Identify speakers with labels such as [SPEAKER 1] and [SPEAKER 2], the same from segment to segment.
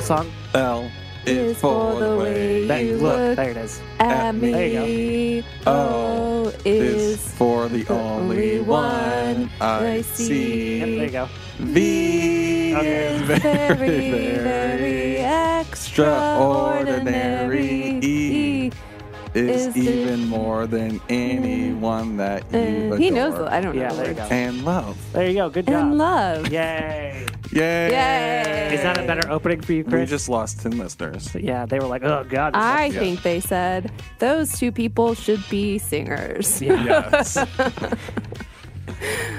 [SPEAKER 1] song?
[SPEAKER 2] L
[SPEAKER 3] is for the way
[SPEAKER 1] That,
[SPEAKER 3] you
[SPEAKER 1] look,
[SPEAKER 3] look
[SPEAKER 1] there it is.
[SPEAKER 3] at
[SPEAKER 2] me.
[SPEAKER 1] There
[SPEAKER 3] me.
[SPEAKER 2] O
[SPEAKER 3] O
[SPEAKER 2] is
[SPEAKER 3] is
[SPEAKER 2] for the
[SPEAKER 3] the
[SPEAKER 2] only
[SPEAKER 3] only
[SPEAKER 2] one
[SPEAKER 3] one
[SPEAKER 2] I
[SPEAKER 3] I see.
[SPEAKER 1] Yep, there you
[SPEAKER 2] see.
[SPEAKER 1] go.
[SPEAKER 2] V
[SPEAKER 1] Okay.
[SPEAKER 2] is
[SPEAKER 3] very,
[SPEAKER 2] very
[SPEAKER 3] very
[SPEAKER 2] extraordinary.
[SPEAKER 3] extraordinary.
[SPEAKER 2] E is
[SPEAKER 3] is
[SPEAKER 2] even more than anyone that you
[SPEAKER 3] Uh,
[SPEAKER 2] adore.
[SPEAKER 3] he knows. the- I don't know.
[SPEAKER 1] Yeah,
[SPEAKER 3] the
[SPEAKER 1] there you
[SPEAKER 3] words.
[SPEAKER 1] go.
[SPEAKER 2] And love.
[SPEAKER 1] There you go. Good job.
[SPEAKER 3] And love.
[SPEAKER 1] Yay.
[SPEAKER 2] Yay!
[SPEAKER 3] Yay.
[SPEAKER 1] Is that a better opening for you,
[SPEAKER 2] We
[SPEAKER 1] Chris?
[SPEAKER 2] just lost 10 listeners.
[SPEAKER 1] yeah, they were like, oh, God. this
[SPEAKER 3] I
[SPEAKER 1] is-
[SPEAKER 2] Yeah.
[SPEAKER 3] think they said those two people should be singers
[SPEAKER 1] Yeah.
[SPEAKER 2] Yes.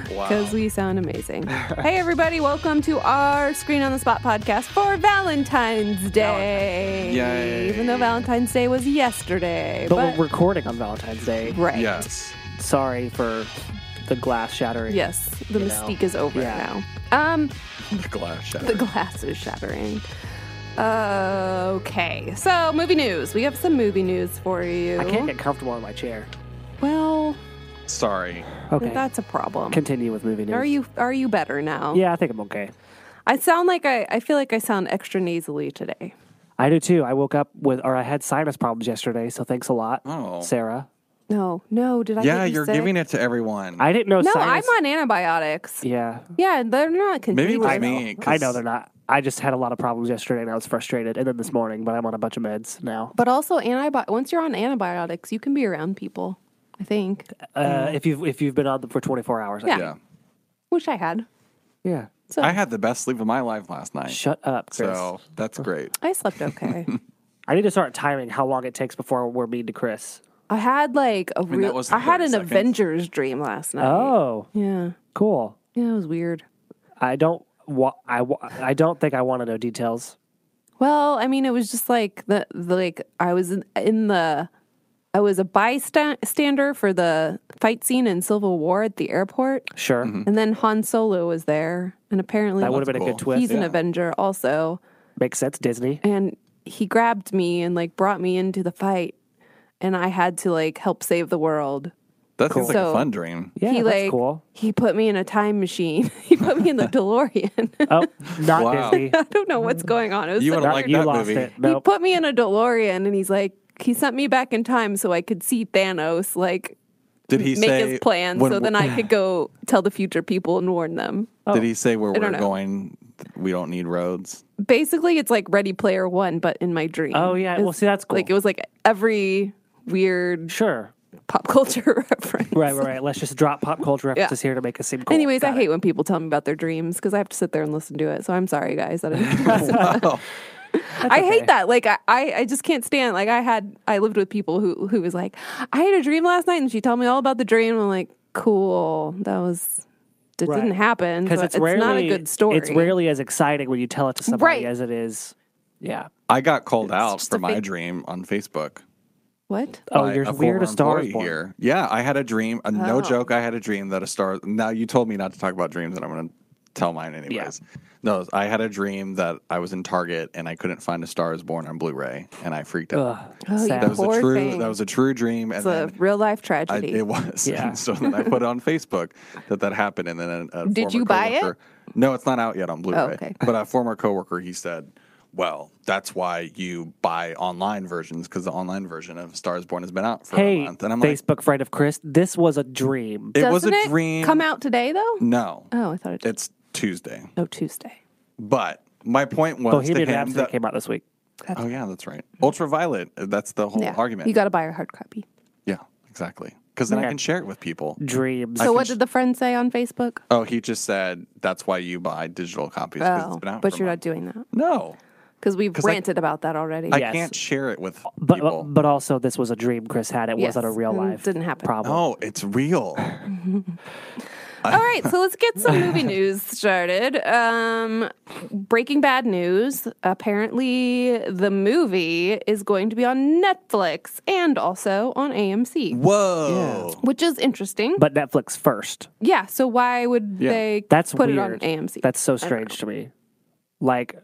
[SPEAKER 3] because
[SPEAKER 2] wow.
[SPEAKER 3] we sound amazing. hey, everybody, welcome to our Screen on the Spot podcast for Valentine's Day.
[SPEAKER 2] Yay.
[SPEAKER 3] Even though Valentine's Day was yesterday.
[SPEAKER 1] But, we're recording on Valentine's Day.
[SPEAKER 3] right.
[SPEAKER 2] Yes.
[SPEAKER 1] Sorry for the glass shattering.
[SPEAKER 3] Yes, the
[SPEAKER 1] You know.
[SPEAKER 3] mystique is over
[SPEAKER 1] Yeah.
[SPEAKER 3] now. Um,
[SPEAKER 2] The glass
[SPEAKER 3] the
[SPEAKER 2] shatter.
[SPEAKER 3] glass is shattering. Okay, so movie news. We have some movie news for you.
[SPEAKER 1] I can't get comfortable in my chair.
[SPEAKER 3] well,
[SPEAKER 2] Sorry.
[SPEAKER 1] Okay.
[SPEAKER 3] that's a problem.
[SPEAKER 1] Continue with movie news.
[SPEAKER 3] Are you are you better now?
[SPEAKER 1] Yeah, I think I'm okay.
[SPEAKER 3] I sound like I, I feel like I sound extra nasally today.
[SPEAKER 1] I do too. I woke up with, or I had sinus problems yesterday, so thanks a lot,
[SPEAKER 2] Oh.
[SPEAKER 1] Sarah.
[SPEAKER 3] No, no, did I?
[SPEAKER 2] Yeah,
[SPEAKER 3] get you
[SPEAKER 2] you're
[SPEAKER 3] sick?
[SPEAKER 2] giving it to everyone.
[SPEAKER 1] I didn't know
[SPEAKER 3] No,
[SPEAKER 1] sinus.
[SPEAKER 3] I'm on antibiotics.
[SPEAKER 1] Yeah,
[SPEAKER 3] Yeah, they're not
[SPEAKER 2] Maybe
[SPEAKER 3] contagious.
[SPEAKER 2] it was
[SPEAKER 1] I know.
[SPEAKER 2] me. 'cause
[SPEAKER 1] I know they're not. I just had a lot of problems yesterday, and I was frustrated. And then this morning, but I'm on a bunch of meds now.
[SPEAKER 3] But also, antibi- once you're on antibiotics, you can be around people. I think,
[SPEAKER 1] Uh, if you've if you've been on them for 24 hours, I
[SPEAKER 3] Yeah.
[SPEAKER 2] Yeah.
[SPEAKER 3] which I had.
[SPEAKER 1] yeah.
[SPEAKER 3] So
[SPEAKER 2] I had the best sleep of my life last night.
[SPEAKER 1] Shut up, Chris.
[SPEAKER 2] so that's great.
[SPEAKER 3] I slept okay.
[SPEAKER 1] I need to start timing how long it takes before we're mean to Chris.
[SPEAKER 3] I had like a
[SPEAKER 2] that
[SPEAKER 3] real.
[SPEAKER 2] wasn't
[SPEAKER 3] I had
[SPEAKER 2] 30
[SPEAKER 3] an
[SPEAKER 2] seconds.
[SPEAKER 3] Avengers dream last night.
[SPEAKER 1] Oh,
[SPEAKER 3] yeah,
[SPEAKER 1] cool.
[SPEAKER 3] yeah, it was weird.
[SPEAKER 1] I don't. Wa- I wa- I don't think I want to know details.
[SPEAKER 3] Well, I mean, it was just like the, the like I was in, in the I was a bystander for the fight scene in Civil War at the airport,
[SPEAKER 1] Sure,
[SPEAKER 3] and then Han Solo was there, and apparently
[SPEAKER 1] that would have been a
[SPEAKER 2] cool.
[SPEAKER 1] good twist.
[SPEAKER 3] he's an Avenger also,
[SPEAKER 1] Makes sense. Disney.
[SPEAKER 3] and he grabbed me and like brought me into the fight, and I had to like help save the world.
[SPEAKER 2] That sounds like a
[SPEAKER 3] So-
[SPEAKER 2] fun dream.
[SPEAKER 1] Yeah,
[SPEAKER 3] he
[SPEAKER 1] that's
[SPEAKER 3] like
[SPEAKER 1] cool.
[SPEAKER 3] he put me in a time machine. he put me in the DeLorean.
[SPEAKER 1] Oh, not
[SPEAKER 2] Wow.
[SPEAKER 1] Disney.
[SPEAKER 3] I don't know what's going on. It was
[SPEAKER 2] You
[SPEAKER 3] such
[SPEAKER 2] would've
[SPEAKER 3] a
[SPEAKER 1] Not-
[SPEAKER 2] liked
[SPEAKER 3] weird
[SPEAKER 1] you
[SPEAKER 2] that
[SPEAKER 1] lost
[SPEAKER 2] movie.
[SPEAKER 1] it.
[SPEAKER 3] He
[SPEAKER 1] Nope.
[SPEAKER 3] put me in a DeLorean and he's like, he sent me back in time so I could see Thanos like
[SPEAKER 2] Did he
[SPEAKER 3] make
[SPEAKER 2] say
[SPEAKER 3] his plan
[SPEAKER 2] when
[SPEAKER 3] so then I could go tell the future people and warn them.
[SPEAKER 2] Did
[SPEAKER 1] Oh,
[SPEAKER 2] he say where we're
[SPEAKER 3] don't know.
[SPEAKER 2] going? We don't need roads.
[SPEAKER 3] Basically, it's like Ready Player One, but in my dream.
[SPEAKER 1] Oh yeah.
[SPEAKER 3] It's
[SPEAKER 1] Well, see, that's cool.
[SPEAKER 3] Like it was like every weird
[SPEAKER 1] sure.
[SPEAKER 3] pop culture reference.
[SPEAKER 1] Right, right, right. Let's just drop pop culture references here to make us seem cool.
[SPEAKER 3] Anyways,
[SPEAKER 1] Got it.
[SPEAKER 3] I hate when people tell me about their dreams because I have to sit there and listen to it. So I'm sorry, guys. That I,
[SPEAKER 2] Wow.
[SPEAKER 3] I
[SPEAKER 1] okay.
[SPEAKER 3] hate that. Like I, I, I just can't stand. Like I had, I lived with people who who was like, I had a dream last night, and she told me all about the dream. I'm like, cool. That was. It
[SPEAKER 1] Right.
[SPEAKER 3] didn't happen.
[SPEAKER 1] because
[SPEAKER 3] but
[SPEAKER 1] it's rarely
[SPEAKER 3] not a good story.
[SPEAKER 1] It's rarely as exciting when you tell it to somebody
[SPEAKER 3] Right.
[SPEAKER 1] as it is. Yeah.
[SPEAKER 2] I got called out
[SPEAKER 3] just
[SPEAKER 2] for
[SPEAKER 3] a
[SPEAKER 2] my
[SPEAKER 3] fake-
[SPEAKER 2] dream on Facebook.
[SPEAKER 3] What?
[SPEAKER 1] Oh,
[SPEAKER 2] by
[SPEAKER 1] you're
[SPEAKER 2] a
[SPEAKER 1] weird.
[SPEAKER 2] former
[SPEAKER 1] A star
[SPEAKER 2] employee
[SPEAKER 1] is born. Oh.
[SPEAKER 2] here. Yeah, I had a dream. A, No joke. I had a dream that a star. Now you told me not to talk about dreams, and I'm going to tell mine anyways. No, I had a dream that I was in Target and I couldn't find a Star is Born on Blu-ray, and I freaked out.
[SPEAKER 1] Ugh,
[SPEAKER 3] Oh,
[SPEAKER 1] sad.
[SPEAKER 3] yeah.
[SPEAKER 2] That was a
[SPEAKER 3] Poor
[SPEAKER 2] true.
[SPEAKER 3] thing.
[SPEAKER 2] That was a true dream. And
[SPEAKER 3] It's a
[SPEAKER 2] then
[SPEAKER 3] real life
[SPEAKER 2] I,
[SPEAKER 3] tragedy.
[SPEAKER 2] it was.
[SPEAKER 1] Yeah.
[SPEAKER 2] so then I put it on Facebook that that happened, and then a, a
[SPEAKER 3] Did
[SPEAKER 2] former
[SPEAKER 3] you buy it? Oh,
[SPEAKER 2] coworker- No, it's not out yet on Blu-ray.
[SPEAKER 3] okay.
[SPEAKER 2] But a former coworker, he said, "Well, that's why you buy online versions because the online version of Stars Born has been out for
[SPEAKER 1] Hey,
[SPEAKER 2] a month." And I'm like,
[SPEAKER 1] Facebook friend of Chris, this was a dream.
[SPEAKER 2] "It was a
[SPEAKER 3] Doesn't it
[SPEAKER 2] dream." Mm.
[SPEAKER 3] Come out today though?
[SPEAKER 2] No,
[SPEAKER 3] Oh, I thought it did.
[SPEAKER 2] it's Tuesday.
[SPEAKER 3] Oh, Tuesday.
[SPEAKER 2] But my point
[SPEAKER 3] Oh,
[SPEAKER 2] was to
[SPEAKER 1] Bohemian
[SPEAKER 2] him
[SPEAKER 1] Rhapsody
[SPEAKER 2] that.
[SPEAKER 1] came out this week.
[SPEAKER 2] Oh yeah, that's right. Ultraviolet. That's the whole
[SPEAKER 3] Yeah.
[SPEAKER 2] argument.
[SPEAKER 3] You got to buy a hard copy.
[SPEAKER 2] yeah, exactly. Because then I
[SPEAKER 1] Yeah.
[SPEAKER 2] can share it with people.
[SPEAKER 1] Dreams.
[SPEAKER 3] So what did the friend say on Facebook?
[SPEAKER 2] Oh, he just said that's why you buy digital copies. 'cause
[SPEAKER 3] Oh,
[SPEAKER 2] it's been out
[SPEAKER 3] but
[SPEAKER 2] for a
[SPEAKER 3] you're
[SPEAKER 2] month."
[SPEAKER 3] not doing that
[SPEAKER 2] No,
[SPEAKER 3] because we've
[SPEAKER 2] I-
[SPEAKER 3] ranted about that already.
[SPEAKER 2] I
[SPEAKER 1] Yes. Uh,
[SPEAKER 2] can't share it with
[SPEAKER 1] but,
[SPEAKER 2] people.
[SPEAKER 1] but also this was a dream Chris had. It
[SPEAKER 3] Yes,
[SPEAKER 1] wasn't a real
[SPEAKER 3] and
[SPEAKER 1] life.
[SPEAKER 3] didn't happen.
[SPEAKER 1] Problem.
[SPEAKER 2] no, Oh, it's real.
[SPEAKER 3] All right, so let's get some movie news started. Um, breaking Bad news. Apparently, the movie is going to be on Netflix and also on AMC,
[SPEAKER 2] Whoa.
[SPEAKER 3] which is interesting.
[SPEAKER 1] But Netflix first.
[SPEAKER 3] yeah, so why would
[SPEAKER 2] Yeah.
[SPEAKER 3] they
[SPEAKER 1] That's
[SPEAKER 3] put
[SPEAKER 1] weird.
[SPEAKER 3] it on AMC?
[SPEAKER 1] That's so strange to me. Like,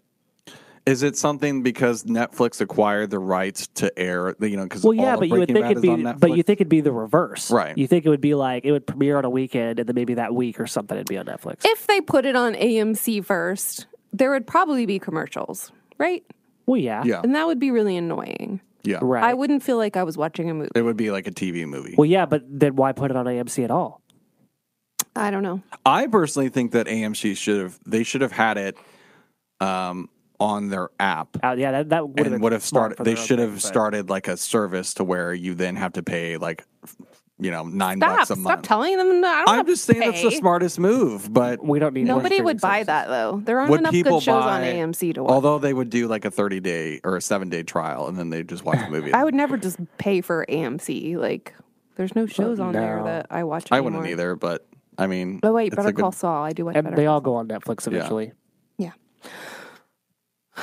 [SPEAKER 2] Is it something because Netflix acquired the rights to air? You know, because
[SPEAKER 1] well, yeah,
[SPEAKER 2] all
[SPEAKER 1] but
[SPEAKER 2] of
[SPEAKER 1] you would
[SPEAKER 2] Breaking
[SPEAKER 1] think
[SPEAKER 2] Bad
[SPEAKER 1] it'd
[SPEAKER 2] is
[SPEAKER 1] be,
[SPEAKER 2] on Netflix.
[SPEAKER 1] but you think it'd be the reverse,
[SPEAKER 2] Right.
[SPEAKER 1] You think it would be like it would premiere on a weekend, and then maybe that week or something it'd be on Netflix.
[SPEAKER 3] if they put it on AMC first, there would probably be commercials, right?
[SPEAKER 1] Well, yeah.
[SPEAKER 2] Yeah.
[SPEAKER 3] And that would be really annoying.
[SPEAKER 2] Yeah.
[SPEAKER 1] Right.
[SPEAKER 3] I wouldn't feel like I was watching a movie.
[SPEAKER 2] It would be like a TV movie.
[SPEAKER 1] well, yeah, but then why put it on AMC at all?
[SPEAKER 3] I don't know.
[SPEAKER 2] I personally think that AMC should have they should have had it um, on their app
[SPEAKER 1] Uh, yeah, that, that would
[SPEAKER 2] and would have started. They should have
[SPEAKER 1] started.
[SPEAKER 2] started like a service to where you then have to pay like f- you know nine
[SPEAKER 3] Stop.
[SPEAKER 2] bucks a
[SPEAKER 3] Stop
[SPEAKER 2] month.
[SPEAKER 3] telling them. that I don't
[SPEAKER 2] I'm
[SPEAKER 3] wanna
[SPEAKER 2] just saying that's the
[SPEAKER 3] pay.
[SPEAKER 2] smartest move, but
[SPEAKER 1] We don't need more
[SPEAKER 3] Nobody
[SPEAKER 1] streaming
[SPEAKER 3] would buy
[SPEAKER 1] services.
[SPEAKER 3] that though. There aren't
[SPEAKER 2] Would
[SPEAKER 3] enough
[SPEAKER 2] people
[SPEAKER 3] good shows on
[SPEAKER 2] buy-
[SPEAKER 3] AMC to watch.
[SPEAKER 2] although they would do like a 30 day or a seven day trial and then they just watch the movie.
[SPEAKER 3] I would never just pay for AMC. Like, there's no shows on there
[SPEAKER 1] Uh, no.
[SPEAKER 3] that I watch.
[SPEAKER 2] I wouldn't
[SPEAKER 3] anymore.
[SPEAKER 2] either, but I mean,
[SPEAKER 3] Oh wait,
[SPEAKER 2] it's a
[SPEAKER 3] Better
[SPEAKER 2] good-
[SPEAKER 3] Call Saul. I do watch
[SPEAKER 1] And
[SPEAKER 3] Better.
[SPEAKER 1] they
[SPEAKER 3] Call
[SPEAKER 1] all go on Netflix eventually.
[SPEAKER 3] Saul.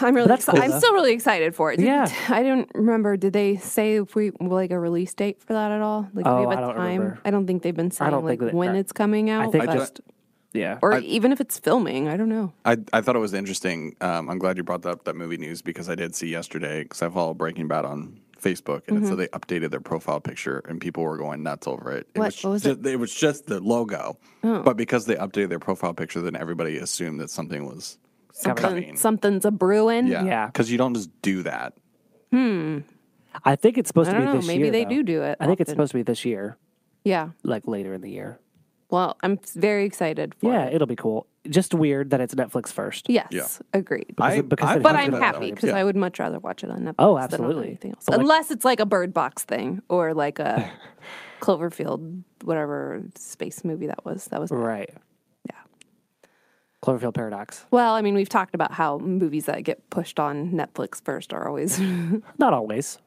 [SPEAKER 3] I'm really.
[SPEAKER 1] that's
[SPEAKER 3] exci-
[SPEAKER 1] cool,
[SPEAKER 3] I'm
[SPEAKER 1] though.
[SPEAKER 3] still really excited for it. Did-
[SPEAKER 1] Yeah.
[SPEAKER 3] I don't remember. Did they say if we like a release date for that at all? Like,
[SPEAKER 1] Oh,
[SPEAKER 3] do we
[SPEAKER 1] I
[SPEAKER 3] have a
[SPEAKER 1] don't
[SPEAKER 3] time.
[SPEAKER 1] remember.
[SPEAKER 3] I don't think they've been saying
[SPEAKER 1] don't
[SPEAKER 3] like
[SPEAKER 1] think that-
[SPEAKER 3] when
[SPEAKER 1] I-
[SPEAKER 3] it's coming out.
[SPEAKER 1] I think
[SPEAKER 3] but-
[SPEAKER 1] just yeah.
[SPEAKER 3] or even if it's filming. I don't know.
[SPEAKER 2] I, I thought it was interesting. Um, I'm glad you brought up that movie news because I did see yesterday because I follow Breaking Bad on Facebook, and
[SPEAKER 3] Mm-hmm.
[SPEAKER 2] so they updated their profile picture, and people were going nuts over it. It
[SPEAKER 3] What-
[SPEAKER 2] was,
[SPEAKER 3] what was Oh.
[SPEAKER 2] just, it? was just the logo, but because they updated their profile picture, then everybody assumed that something was
[SPEAKER 1] Something-
[SPEAKER 2] coming.
[SPEAKER 3] Something, something's a brewing.
[SPEAKER 2] yeah,
[SPEAKER 1] Yeah.
[SPEAKER 2] because you don't just do that.
[SPEAKER 1] I think it's supposed
[SPEAKER 3] I
[SPEAKER 1] to
[SPEAKER 3] don't
[SPEAKER 1] be
[SPEAKER 3] know.
[SPEAKER 1] this
[SPEAKER 3] Maybe
[SPEAKER 1] year.
[SPEAKER 3] they
[SPEAKER 1] though.
[SPEAKER 3] do do it.
[SPEAKER 1] I think it's
[SPEAKER 3] often.
[SPEAKER 1] supposed to be this year,
[SPEAKER 3] Yeah.
[SPEAKER 1] like later in the year.
[SPEAKER 3] Well, I'm very excited for
[SPEAKER 1] Yeah,
[SPEAKER 3] it.
[SPEAKER 1] it'll be cool. Just weird that it's Netflix first.
[SPEAKER 3] Yes.
[SPEAKER 2] Yeah.
[SPEAKER 3] Agreed.
[SPEAKER 2] I-
[SPEAKER 1] because
[SPEAKER 2] I
[SPEAKER 1] it-
[SPEAKER 3] But
[SPEAKER 2] fucked it
[SPEAKER 3] I'm
[SPEAKER 2] up,
[SPEAKER 3] happy
[SPEAKER 2] though.
[SPEAKER 3] because
[SPEAKER 2] Yeah.
[SPEAKER 3] I would much rather watch it on Netflix.
[SPEAKER 1] Oh,
[SPEAKER 3] Than on
[SPEAKER 1] absolutely.
[SPEAKER 3] anything else.
[SPEAKER 1] But, like-
[SPEAKER 3] Unless it's like a Bird Box thing or like a Cloverfield, whatever space movie that was. That was
[SPEAKER 1] Right.
[SPEAKER 3] Yeah.
[SPEAKER 1] Cloverfield Paradox.
[SPEAKER 3] well. I mean, we've talked about how movies that get pushed on Netflix first are always
[SPEAKER 1] Not always.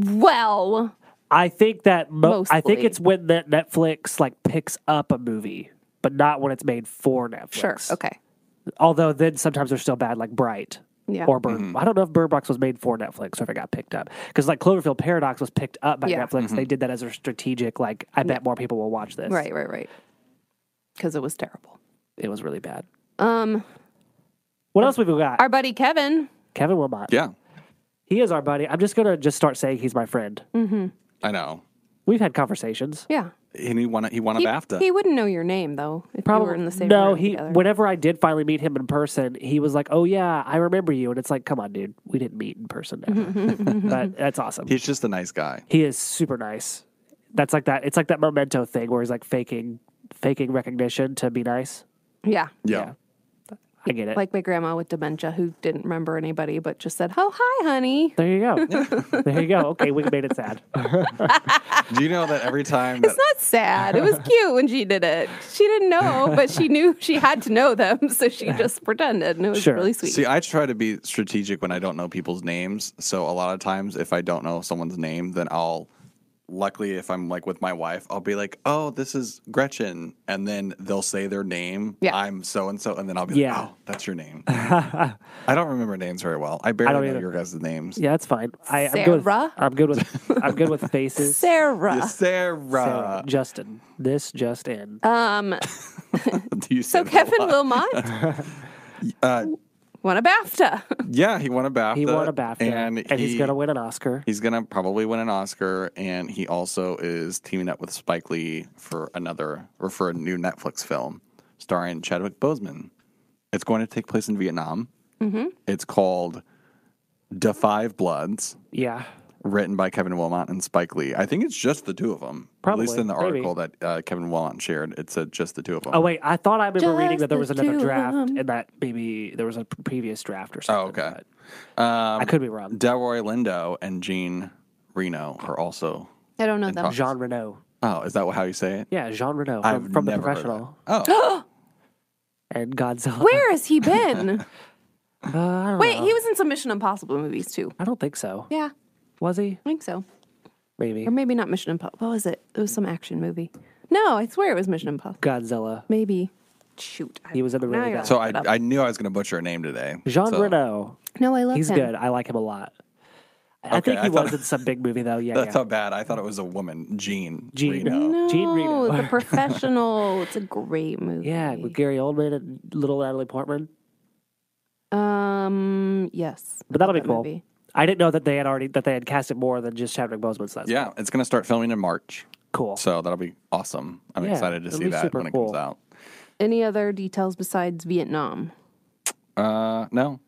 [SPEAKER 3] well.
[SPEAKER 1] I think that mo- I think
[SPEAKER 3] Mostly.
[SPEAKER 1] it's when that Netflix like picks up a movie, but not when it's made for Netflix.
[SPEAKER 3] Sure. Okay.
[SPEAKER 1] Although then sometimes they're still bad, like Bright.
[SPEAKER 3] Yeah.
[SPEAKER 1] Or Bird. I don't know if Bird Box was made for Netflix or if it got picked up. Because like Cloverfield Paradox was picked up by
[SPEAKER 3] Yeah.
[SPEAKER 1] Netflix. They did that as a strategic, like, I bet more people will watch this.
[SPEAKER 3] Right. Right. Right. Because it was terrible.
[SPEAKER 1] It was really bad.
[SPEAKER 3] Um,
[SPEAKER 1] What else have we got?
[SPEAKER 3] our buddy Kevin.
[SPEAKER 1] Kevin Wilmot.
[SPEAKER 2] Yeah,
[SPEAKER 1] He is our buddy. I'm just going to just start saying he's my friend.
[SPEAKER 3] Mm.
[SPEAKER 2] I know.
[SPEAKER 1] We've had conversations.
[SPEAKER 3] Yeah.
[SPEAKER 2] And he won. A, he won a
[SPEAKER 3] He,
[SPEAKER 2] BAFTA.
[SPEAKER 3] he wouldn't know your name though if you were in the same
[SPEAKER 1] No,
[SPEAKER 3] room
[SPEAKER 1] he.
[SPEAKER 3] together.
[SPEAKER 1] Whenever I did finally meet him in person, he was like, "Oh yeah, I remember you." And it's like, "Come on, dude, we didn't meet in person." ever." but that's awesome.
[SPEAKER 2] He's just a nice guy.
[SPEAKER 1] He is super nice. That's like that. It's like that memento thing where he's like faking, faking recognition to be nice.
[SPEAKER 3] yeah.
[SPEAKER 2] Yeah,
[SPEAKER 1] I get it.
[SPEAKER 3] like my grandma with dementia who didn't remember anybody but just said, "Oh, hi, honey."
[SPEAKER 1] there you go. there you go. Okay, we made it sad.
[SPEAKER 2] do you know that every time that
[SPEAKER 3] It's not sad. It was cute when she did it. She didn't know, but she knew she had to know them, so she just pretended, and it was
[SPEAKER 1] Sure.
[SPEAKER 3] really sweet.
[SPEAKER 2] See, I try to be strategic when I don't know people's names. So a lot of times, if I don't know someone's name, then I'll. Luckily, if I'm like with my wife, I'll be like, "Oh, this is Gretchen," and then they'll say their name.
[SPEAKER 3] Yeah.
[SPEAKER 2] I'm so and so, and then I'll be
[SPEAKER 1] Yeah.
[SPEAKER 2] like, "Oh, that's your name." I don't remember names very well. I barely
[SPEAKER 1] don't
[SPEAKER 2] know
[SPEAKER 1] either.
[SPEAKER 2] your guys' names.
[SPEAKER 1] Yeah, that's fine. I, I'm good. With,
[SPEAKER 3] Sarah?
[SPEAKER 1] I'm good with. I'm good with faces.
[SPEAKER 3] Sarah.
[SPEAKER 1] Sarah,
[SPEAKER 2] Sarah.
[SPEAKER 1] Justin. This just in.
[SPEAKER 3] Um.
[SPEAKER 2] Do you
[SPEAKER 3] So
[SPEAKER 2] say that a
[SPEAKER 3] Kevin
[SPEAKER 2] lot?
[SPEAKER 3] Wilmot
[SPEAKER 2] Uh,
[SPEAKER 3] won a BAFTA.
[SPEAKER 2] yeah, he won a BAFTA.
[SPEAKER 1] He won a BAFTA,
[SPEAKER 2] Uh, and,
[SPEAKER 1] and, he's
[SPEAKER 2] he-
[SPEAKER 1] gonna win an Oscar.
[SPEAKER 2] He's gonna probably win an Oscar, and he also is teaming up with Spike Lee for another or for a new Netflix film starring Chadwick Boseman. It's going to take place in Vietnam.
[SPEAKER 1] Mm-hmm.
[SPEAKER 2] It's called "Da Five Bloods,"
[SPEAKER 1] Yeah,
[SPEAKER 2] written by Kevin Wilmot and Spike Lee. I think it's just the two of them.
[SPEAKER 1] Probably,
[SPEAKER 2] at least in the
[SPEAKER 1] maybe.
[SPEAKER 2] article that uh, Kevin Wilmot shared, it said just the two of them.
[SPEAKER 1] Oh wait, I thought I remember reading
[SPEAKER 3] Just
[SPEAKER 1] that there was
[SPEAKER 3] the
[SPEAKER 1] another
[SPEAKER 3] two of
[SPEAKER 1] draft
[SPEAKER 3] them.
[SPEAKER 1] and that maybe there was a p- previous draft or
[SPEAKER 2] Oh,
[SPEAKER 1] something.
[SPEAKER 2] okay.
[SPEAKER 1] but
[SPEAKER 2] Um,
[SPEAKER 1] I could be wrong.
[SPEAKER 2] Delroy Lindo and Gene Reno are also.
[SPEAKER 3] I don't know them.
[SPEAKER 2] talk.
[SPEAKER 1] Jean Renault.
[SPEAKER 2] Oh, is that how you say it?
[SPEAKER 1] Yeah, Jean Renault
[SPEAKER 2] I've
[SPEAKER 1] from, from the
[SPEAKER 2] never heard of
[SPEAKER 1] professional
[SPEAKER 2] it. Oh,
[SPEAKER 1] and Godzilla.
[SPEAKER 3] Where has he been?
[SPEAKER 1] Uh, I don't
[SPEAKER 3] Wait,
[SPEAKER 1] know.
[SPEAKER 3] he was in some Mission Impossible movies too.
[SPEAKER 1] I don't think so.
[SPEAKER 3] Yeah,
[SPEAKER 1] Was he?
[SPEAKER 3] I think so.
[SPEAKER 1] Maybe
[SPEAKER 3] Or maybe not Mission Impossible. What was it? It was some action movie. No, I swear it was Mission Impossible.
[SPEAKER 1] Godzilla.
[SPEAKER 3] Maybe. Shoot. I
[SPEAKER 1] He was in the
[SPEAKER 3] now
[SPEAKER 1] really
[SPEAKER 3] you're
[SPEAKER 1] bad-
[SPEAKER 2] so I,
[SPEAKER 3] looking it up.
[SPEAKER 2] I knew I was going to butcher a name today.
[SPEAKER 1] um, Jean
[SPEAKER 2] so-
[SPEAKER 1] Renault.
[SPEAKER 3] no, I love
[SPEAKER 1] He's
[SPEAKER 3] him.
[SPEAKER 1] good. I like him a lot. I
[SPEAKER 2] Okay,
[SPEAKER 1] think
[SPEAKER 2] I
[SPEAKER 1] he
[SPEAKER 2] thought-
[SPEAKER 1] was in some big movie though. Yeah,
[SPEAKER 2] That's
[SPEAKER 1] yeah.
[SPEAKER 2] how bad. I thought it was a woman, Jean.
[SPEAKER 1] Jean.
[SPEAKER 2] Reno.
[SPEAKER 1] No. Gene Reno.
[SPEAKER 3] No, the professional. it's a great movie.
[SPEAKER 1] yeah, with Gary Oldman and little Natalie Portman.
[SPEAKER 3] Um. Yes.
[SPEAKER 1] But that'll be
[SPEAKER 3] That
[SPEAKER 1] cool.
[SPEAKER 3] movie.
[SPEAKER 1] I didn't know that they had already that they had casted more than just Chadwick Boseman. So that's
[SPEAKER 2] Yeah, it's going to start filming in March,
[SPEAKER 1] cool.
[SPEAKER 2] so that'll be awesome. I'm
[SPEAKER 1] Yeah,
[SPEAKER 2] excited to
[SPEAKER 1] it'll
[SPEAKER 2] see
[SPEAKER 1] be
[SPEAKER 2] that
[SPEAKER 1] super
[SPEAKER 2] when it
[SPEAKER 1] cool.
[SPEAKER 2] comes out.
[SPEAKER 3] Any other details besides Vietnam?
[SPEAKER 2] Uh, no,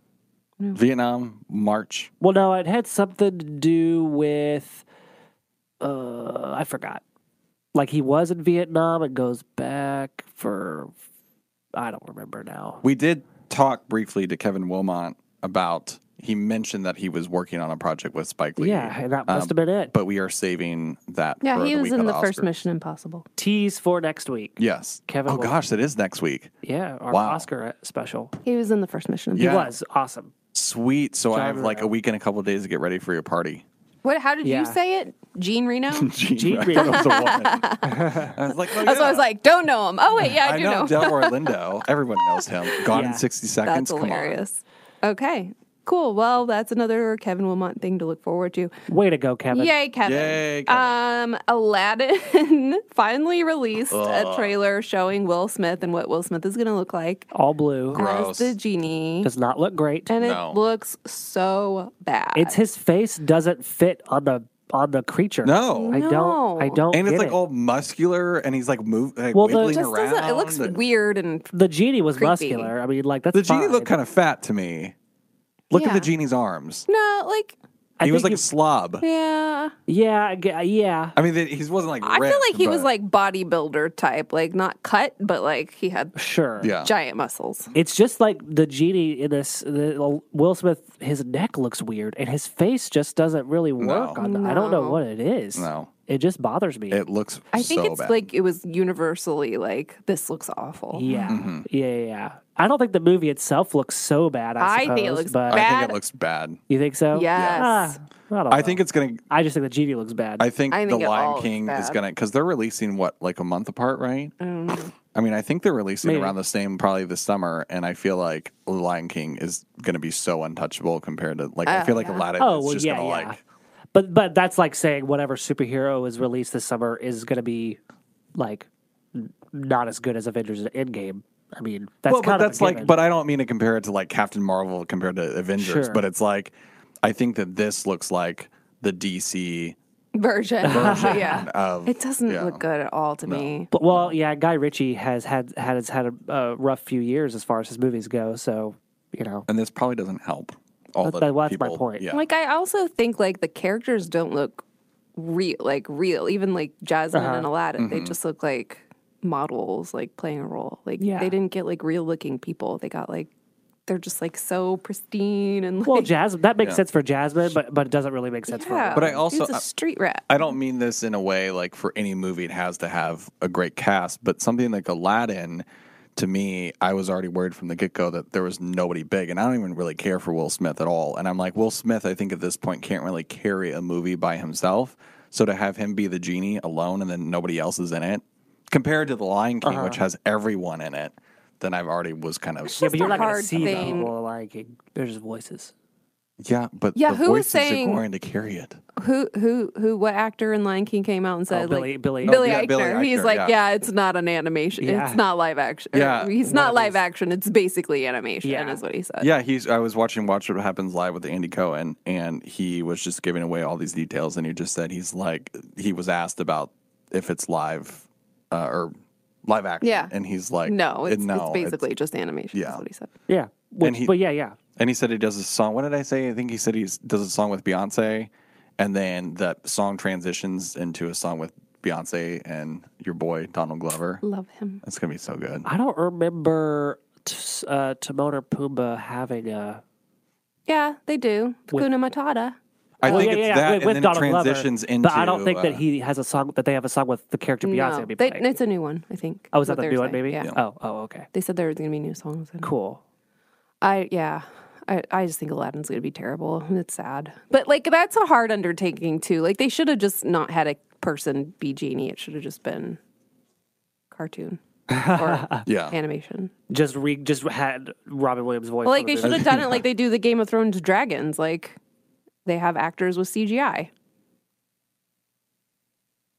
[SPEAKER 2] Vietnam, March.
[SPEAKER 1] Well, no, it had something to do with uh I forgot. Like he was in Vietnam and goes back for I don't remember now.
[SPEAKER 2] We did talk briefly to Kevin Wilmot about. He mentioned that he was working on a project with Spike Lee.
[SPEAKER 1] Yeah, and that must
[SPEAKER 2] Um,
[SPEAKER 1] have been it.
[SPEAKER 2] but we are saving that.
[SPEAKER 3] Yeah,
[SPEAKER 2] for
[SPEAKER 3] he
[SPEAKER 2] the
[SPEAKER 3] was
[SPEAKER 2] week
[SPEAKER 3] in
[SPEAKER 2] of
[SPEAKER 3] the first
[SPEAKER 2] Oscars.
[SPEAKER 3] Mission Impossible.
[SPEAKER 1] Tease for next week.
[SPEAKER 2] Yes,
[SPEAKER 1] Kevin
[SPEAKER 2] Oh
[SPEAKER 1] Wilmot.
[SPEAKER 2] gosh, that is next week.
[SPEAKER 1] Yeah, our
[SPEAKER 2] Wow.
[SPEAKER 1] Oscar uh, special.
[SPEAKER 3] He was in the first Mission Impossible.
[SPEAKER 1] He
[SPEAKER 2] Yeah.
[SPEAKER 1] was awesome.
[SPEAKER 2] Sweet. So I
[SPEAKER 1] I
[SPEAKER 2] have like a
[SPEAKER 1] remember.
[SPEAKER 2] week and a couple days to get ready for your party.
[SPEAKER 3] What? How did
[SPEAKER 1] Yeah.
[SPEAKER 3] you say it? Gene Reno. That's
[SPEAKER 2] Gene,
[SPEAKER 1] Gene
[SPEAKER 2] I thought it was a woman. I was like, oh,
[SPEAKER 3] what I
[SPEAKER 2] yeah.
[SPEAKER 3] was like. Don't know him. Oh wait, yeah, I,
[SPEAKER 2] I
[SPEAKER 3] do
[SPEAKER 2] know
[SPEAKER 3] know.
[SPEAKER 2] Del Orlando. Everyone knows him. Gone in
[SPEAKER 1] Yeah.
[SPEAKER 2] sixty seconds.
[SPEAKER 3] That's
[SPEAKER 2] Come on.
[SPEAKER 3] hilarious. Okay, cool. Well, that's another Kevin Wilmot thing to look forward to.
[SPEAKER 1] Way to go, Kevin.
[SPEAKER 3] Yay, Kevin.
[SPEAKER 2] Yay,
[SPEAKER 3] Um, Aladdin finally released a trailer showing Will Smith and what Will Smith is going to look like
[SPEAKER 1] All blue.
[SPEAKER 2] Gross.
[SPEAKER 3] as the genie.
[SPEAKER 1] Does not look great.
[SPEAKER 3] And
[SPEAKER 2] No.
[SPEAKER 3] it looks so bad.
[SPEAKER 1] It's his face doesn't fit on the on the creature.
[SPEAKER 2] No.
[SPEAKER 1] I don't. I
[SPEAKER 3] No.
[SPEAKER 1] don't.
[SPEAKER 2] And it's
[SPEAKER 1] get
[SPEAKER 2] like
[SPEAKER 1] it.
[SPEAKER 2] all muscular, and he's like move, like
[SPEAKER 1] Well, the-
[SPEAKER 2] wiggling
[SPEAKER 1] Just
[SPEAKER 3] Just
[SPEAKER 2] around.
[SPEAKER 3] doesn't- it looks
[SPEAKER 2] and-
[SPEAKER 3] weird and
[SPEAKER 1] the genie was
[SPEAKER 3] creepy.
[SPEAKER 1] muscular. I mean, like that's
[SPEAKER 2] The genie
[SPEAKER 1] fine.
[SPEAKER 2] looked kind of fat to me. Look at
[SPEAKER 3] Yeah.
[SPEAKER 2] the genie's arms.
[SPEAKER 3] no, like
[SPEAKER 1] I
[SPEAKER 2] he was like
[SPEAKER 1] think
[SPEAKER 2] a slob.
[SPEAKER 3] yeah. I
[SPEAKER 1] you- yeah, I ge- yeah.
[SPEAKER 2] I mean, they- he wasn't like.
[SPEAKER 3] feel
[SPEAKER 2] ripped,
[SPEAKER 3] like he was
[SPEAKER 2] but-
[SPEAKER 3] like bodybuilder type, like not cut, but like he had
[SPEAKER 1] Sure.
[SPEAKER 2] Yeah.
[SPEAKER 3] giant muscles.
[SPEAKER 1] It's just like the genie in this. The, Will Smith, his neck looks weird, and his face just doesn't really work.
[SPEAKER 2] No.
[SPEAKER 1] On the, I don't know
[SPEAKER 3] No.
[SPEAKER 1] what it is.
[SPEAKER 2] No.
[SPEAKER 1] it just bothers me.
[SPEAKER 2] It looks.
[SPEAKER 3] I think
[SPEAKER 2] so
[SPEAKER 3] it's
[SPEAKER 2] bad.
[SPEAKER 3] like it was universally like this looks awful.
[SPEAKER 1] yeah.
[SPEAKER 2] Mm-hmm.
[SPEAKER 1] yeah, yeah, yeah. I don't think the movie itself looks so bad. I,
[SPEAKER 3] I think it
[SPEAKER 1] suppose,
[SPEAKER 3] looks
[SPEAKER 1] but
[SPEAKER 2] I think
[SPEAKER 3] bad.
[SPEAKER 2] it looks bad.
[SPEAKER 1] you think so?
[SPEAKER 3] Yes.
[SPEAKER 1] Ah, I, don't
[SPEAKER 2] I
[SPEAKER 1] know.
[SPEAKER 2] think it's gonna.
[SPEAKER 1] I just think the genie looks bad.
[SPEAKER 2] I think,
[SPEAKER 3] I think
[SPEAKER 2] the
[SPEAKER 3] it all
[SPEAKER 2] Lion
[SPEAKER 3] looks
[SPEAKER 2] King is
[SPEAKER 3] bad.
[SPEAKER 2] gonna because they're releasing what like a month apart, right?
[SPEAKER 3] Um,
[SPEAKER 2] I mean, I think they're releasing
[SPEAKER 1] Maybe.
[SPEAKER 2] around the same probably this summer, and I feel like the Lion King is gonna be so untouchable compared to like I
[SPEAKER 3] Oh,
[SPEAKER 2] feel like
[SPEAKER 3] yeah.
[SPEAKER 2] Aladdin
[SPEAKER 1] oh
[SPEAKER 2] is
[SPEAKER 1] well,
[SPEAKER 2] just
[SPEAKER 1] yeah,
[SPEAKER 2] gonna
[SPEAKER 1] yeah.
[SPEAKER 2] like
[SPEAKER 1] But but that's like saying whatever superhero is released this summer is going to be like n- not as good as Avengers Endgame. I mean, that's
[SPEAKER 2] well,
[SPEAKER 1] kind
[SPEAKER 2] but
[SPEAKER 1] of a
[SPEAKER 2] that's like,
[SPEAKER 1] given.
[SPEAKER 2] but I don't mean to compare it to like Captain Marvel compared to Avengers,
[SPEAKER 1] Sure.
[SPEAKER 2] but it's like, I think that this looks like the DC
[SPEAKER 3] version. yeah.
[SPEAKER 2] of
[SPEAKER 3] It doesn't
[SPEAKER 2] yeah.
[SPEAKER 3] look good at all to me.
[SPEAKER 1] But well, yeah, Guy Ritchie has had had has had a, a rough few years as far as his movies go. So you know,
[SPEAKER 2] and this probably doesn't help. All
[SPEAKER 1] That-
[SPEAKER 2] the
[SPEAKER 1] that- that's my
[SPEAKER 2] people.
[SPEAKER 1] point.
[SPEAKER 2] Yeah,
[SPEAKER 3] Like I also think like the characters don't look real, like real. Even like Jasmine and
[SPEAKER 2] Uh-huh.
[SPEAKER 3] Aladdin,
[SPEAKER 2] Mm-hmm.
[SPEAKER 3] they just look like models, like playing a role. Like
[SPEAKER 1] Yeah.
[SPEAKER 3] they didn't get like real looking people. They got like they're just like so pristine and like,
[SPEAKER 1] well, Jasmine that makes
[SPEAKER 2] Yeah.
[SPEAKER 1] sense for Jasmine, but but it doesn't really make sense
[SPEAKER 3] yeah.
[SPEAKER 1] for.
[SPEAKER 2] But I also-
[SPEAKER 3] dude's a street rat.
[SPEAKER 2] I don't mean this in a way like for any movie it has to have a great cast, but something like Aladdin, to me, I was already worried from the get go that there was nobody big, and I don't even really care for Will Smith at all. And I'm like, Will Smith, I think at this point can't really carry a movie by himself. So to have him be the genie alone and then nobody else is in it, compared to The Lion King,
[SPEAKER 3] Uh-huh.
[SPEAKER 2] which has everyone in it, then I've already was kind of
[SPEAKER 1] Yeah, but you're
[SPEAKER 3] a
[SPEAKER 1] not going
[SPEAKER 3] hard
[SPEAKER 1] to see the
[SPEAKER 3] thing.
[SPEAKER 1] people like there's just voices.
[SPEAKER 2] yeah, but
[SPEAKER 3] Yeah,
[SPEAKER 2] the
[SPEAKER 3] who was
[SPEAKER 2] voices
[SPEAKER 3] saying-
[SPEAKER 2] are going to carry it.
[SPEAKER 3] who who who? What actor in Lion King came out and said
[SPEAKER 1] Billy-
[SPEAKER 3] like
[SPEAKER 1] Billy-
[SPEAKER 3] Billy,
[SPEAKER 2] Oh, yeah,
[SPEAKER 3] Eichner?
[SPEAKER 2] Oh, Billy
[SPEAKER 3] He's
[SPEAKER 2] Eichner,
[SPEAKER 3] like,
[SPEAKER 2] yeah.
[SPEAKER 3] yeah. it's not an animation.
[SPEAKER 1] Yeah.
[SPEAKER 3] It's not live action.
[SPEAKER 2] Yeah,
[SPEAKER 3] he's not live action. It's basically animation.
[SPEAKER 1] Yeah.
[SPEAKER 3] is what he said.
[SPEAKER 2] Yeah, he's. I was watching Watch What Happens Live with Andy Cohen, and he was just giving away all these details, and he just said he's like he was asked about if it's live uh, or live action,
[SPEAKER 3] Yeah.
[SPEAKER 2] and he's like,
[SPEAKER 3] No,
[SPEAKER 2] it-
[SPEAKER 3] it's,
[SPEAKER 2] no,
[SPEAKER 3] it's basically just animation.
[SPEAKER 2] yeah.
[SPEAKER 3] is what he said.
[SPEAKER 1] Yeah, which,
[SPEAKER 2] he-
[SPEAKER 1] but yeah, yeah,
[SPEAKER 2] and he said he does a song. What did I say? I think he said he does a song with Beyonce, and then that song transitions into a song with Beyonce and your boy Donald Glover.
[SPEAKER 3] Love him.
[SPEAKER 2] That's gonna be so good.
[SPEAKER 1] I don't remember t- uh, Timon or Pumbaa having a.
[SPEAKER 3] Yeah, they do.
[SPEAKER 1] With-
[SPEAKER 3] Hakuna Matata.
[SPEAKER 2] I
[SPEAKER 1] Well,
[SPEAKER 2] think
[SPEAKER 1] Oh, yeah,
[SPEAKER 2] it's
[SPEAKER 1] yeah,
[SPEAKER 2] that,
[SPEAKER 1] with,
[SPEAKER 2] and
[SPEAKER 1] with
[SPEAKER 2] then
[SPEAKER 1] Donald
[SPEAKER 2] it transitions
[SPEAKER 1] Glover,
[SPEAKER 2] into.
[SPEAKER 1] But I don't think that
[SPEAKER 2] uh,
[SPEAKER 1] he has a song that they have a song with the character Beyonce.
[SPEAKER 3] no,
[SPEAKER 1] be
[SPEAKER 3] they,
[SPEAKER 1] playing.
[SPEAKER 3] it's a new one. I think.
[SPEAKER 1] oh,
[SPEAKER 3] is
[SPEAKER 1] is that
[SPEAKER 3] what
[SPEAKER 1] the
[SPEAKER 3] they
[SPEAKER 1] new
[SPEAKER 3] were
[SPEAKER 1] one?
[SPEAKER 3] saying.
[SPEAKER 1] Maybe.
[SPEAKER 3] Yeah.
[SPEAKER 1] Oh, oh, okay.
[SPEAKER 3] They said there was gonna be new songs. in it.
[SPEAKER 1] Cool.
[SPEAKER 3] I yeah. I, I just think Aladdin's gonna be terrible. It's sad, but like that's a hard undertaking too. Like they should have just not had a person be genie. It should have just been cartoon or
[SPEAKER 2] yeah.
[SPEAKER 3] animation.
[SPEAKER 1] Just re, just had Robin Williams' voice. on
[SPEAKER 3] Well, like
[SPEAKER 1] the
[SPEAKER 3] they
[SPEAKER 1] movie.
[SPEAKER 3] should have done it like they do the Game of Thrones dragons. Like they have actors with CGI.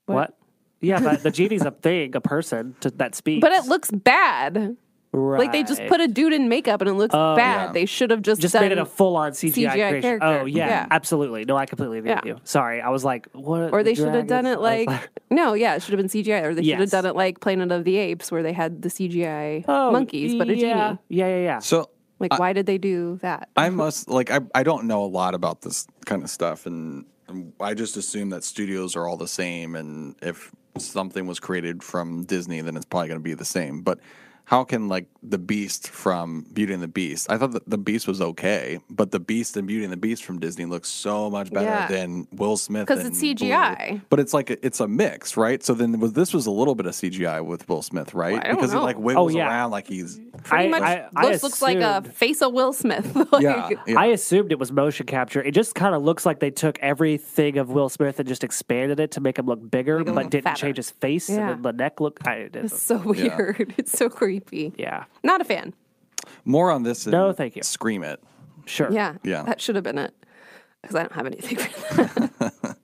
[SPEAKER 1] What? Yeah, but the genie's a thing, a person to, that speaks.
[SPEAKER 3] But it looks bad.
[SPEAKER 1] right.
[SPEAKER 3] Like they just put a dude in makeup and it looks bad.
[SPEAKER 2] Yeah.
[SPEAKER 3] They should have just,
[SPEAKER 1] Oh, just
[SPEAKER 3] done
[SPEAKER 1] made it a full on CGI,
[SPEAKER 3] CGI
[SPEAKER 1] creation.
[SPEAKER 3] character.
[SPEAKER 1] Oh yeah,
[SPEAKER 3] Yeah.
[SPEAKER 1] absolutely. No, I completely agree with
[SPEAKER 3] Yeah.
[SPEAKER 1] you. Sorry, I was like, what?
[SPEAKER 3] or
[SPEAKER 1] the
[SPEAKER 3] they should have done
[SPEAKER 1] dragons?
[SPEAKER 3] it
[SPEAKER 1] I was
[SPEAKER 3] like, no, yeah, it should have been CGI. Or they should
[SPEAKER 1] Yes.
[SPEAKER 3] have done it like Planet of the Apes, where they had the CGI
[SPEAKER 1] oh,
[SPEAKER 3] monkeys, but a
[SPEAKER 1] yeah.
[SPEAKER 3] genie.
[SPEAKER 1] Yeah, yeah, yeah.
[SPEAKER 2] So
[SPEAKER 3] Like, why did they do that?
[SPEAKER 2] I must like I, I don't know a lot about this kind of stuff and and I just assume that studios are all the same and if something was created from Disney then it's probably going to be the same. But how can like the Beast from Beauty and the Beast? I thought that the Beast was okay, but the Beast and Beauty and the Beast from Disney looks so much better
[SPEAKER 3] Yeah.
[SPEAKER 2] than Will Smith
[SPEAKER 3] 'Cause it's
[SPEAKER 2] and Blue.
[SPEAKER 3] CGI.
[SPEAKER 2] But it's like a, it's a mix, right? So then was, this was a little bit of CGI with Will Smith, right?
[SPEAKER 3] I don't
[SPEAKER 2] because
[SPEAKER 3] know.
[SPEAKER 2] he like wiggles
[SPEAKER 1] Oh, yeah.
[SPEAKER 2] around like he's
[SPEAKER 3] Pretty
[SPEAKER 1] I-
[SPEAKER 3] much
[SPEAKER 1] I- I
[SPEAKER 3] looks, looks like a
[SPEAKER 1] assumed-
[SPEAKER 3] face of Will Smith. Like,
[SPEAKER 2] yeah, yeah.
[SPEAKER 1] I assumed it was motion capture. It just kind of looks like they took everything of Will Smith and just expanded it to make him look bigger,
[SPEAKER 3] him
[SPEAKER 1] but
[SPEAKER 3] look
[SPEAKER 1] didn't
[SPEAKER 3] fatter.
[SPEAKER 1] change his face
[SPEAKER 3] Yeah.
[SPEAKER 1] and then the neck look. I it
[SPEAKER 3] It's
[SPEAKER 1] is,
[SPEAKER 3] so weird. It's so creepy.
[SPEAKER 1] yeah,
[SPEAKER 3] Not a fan.
[SPEAKER 2] More on this. And
[SPEAKER 1] No, thank you.
[SPEAKER 2] Scream it.
[SPEAKER 1] sure.
[SPEAKER 3] Yeah.
[SPEAKER 2] Yeah.
[SPEAKER 3] That should have been it. Because I don't have anything for that.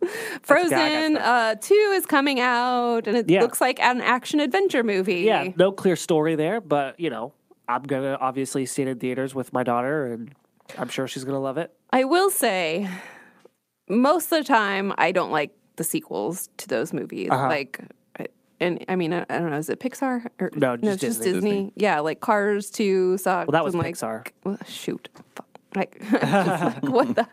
[SPEAKER 3] Frozen
[SPEAKER 1] Gaga
[SPEAKER 3] uh, 2 is coming out, and it
[SPEAKER 1] Yeah.
[SPEAKER 3] looks like an action adventure movie.
[SPEAKER 1] yeah. No clear story there, but you know, I'm gonna obviously see it in theaters with my daughter, and I'm sure she's gonna love it.
[SPEAKER 3] I will say, most of the time, I don't like the sequels to those movies.
[SPEAKER 1] Uh-huh.
[SPEAKER 3] Like, I- and I mean, I, I don't know, is it Pixar? Or,
[SPEAKER 1] No, just
[SPEAKER 3] it's just
[SPEAKER 1] Disney.
[SPEAKER 3] Disney. Yeah, like Cars 2 sucks.
[SPEAKER 1] Well, that was
[SPEAKER 3] and,
[SPEAKER 1] Pixar.
[SPEAKER 3] Like, well, shoot. Fuck. Like, just like, what the?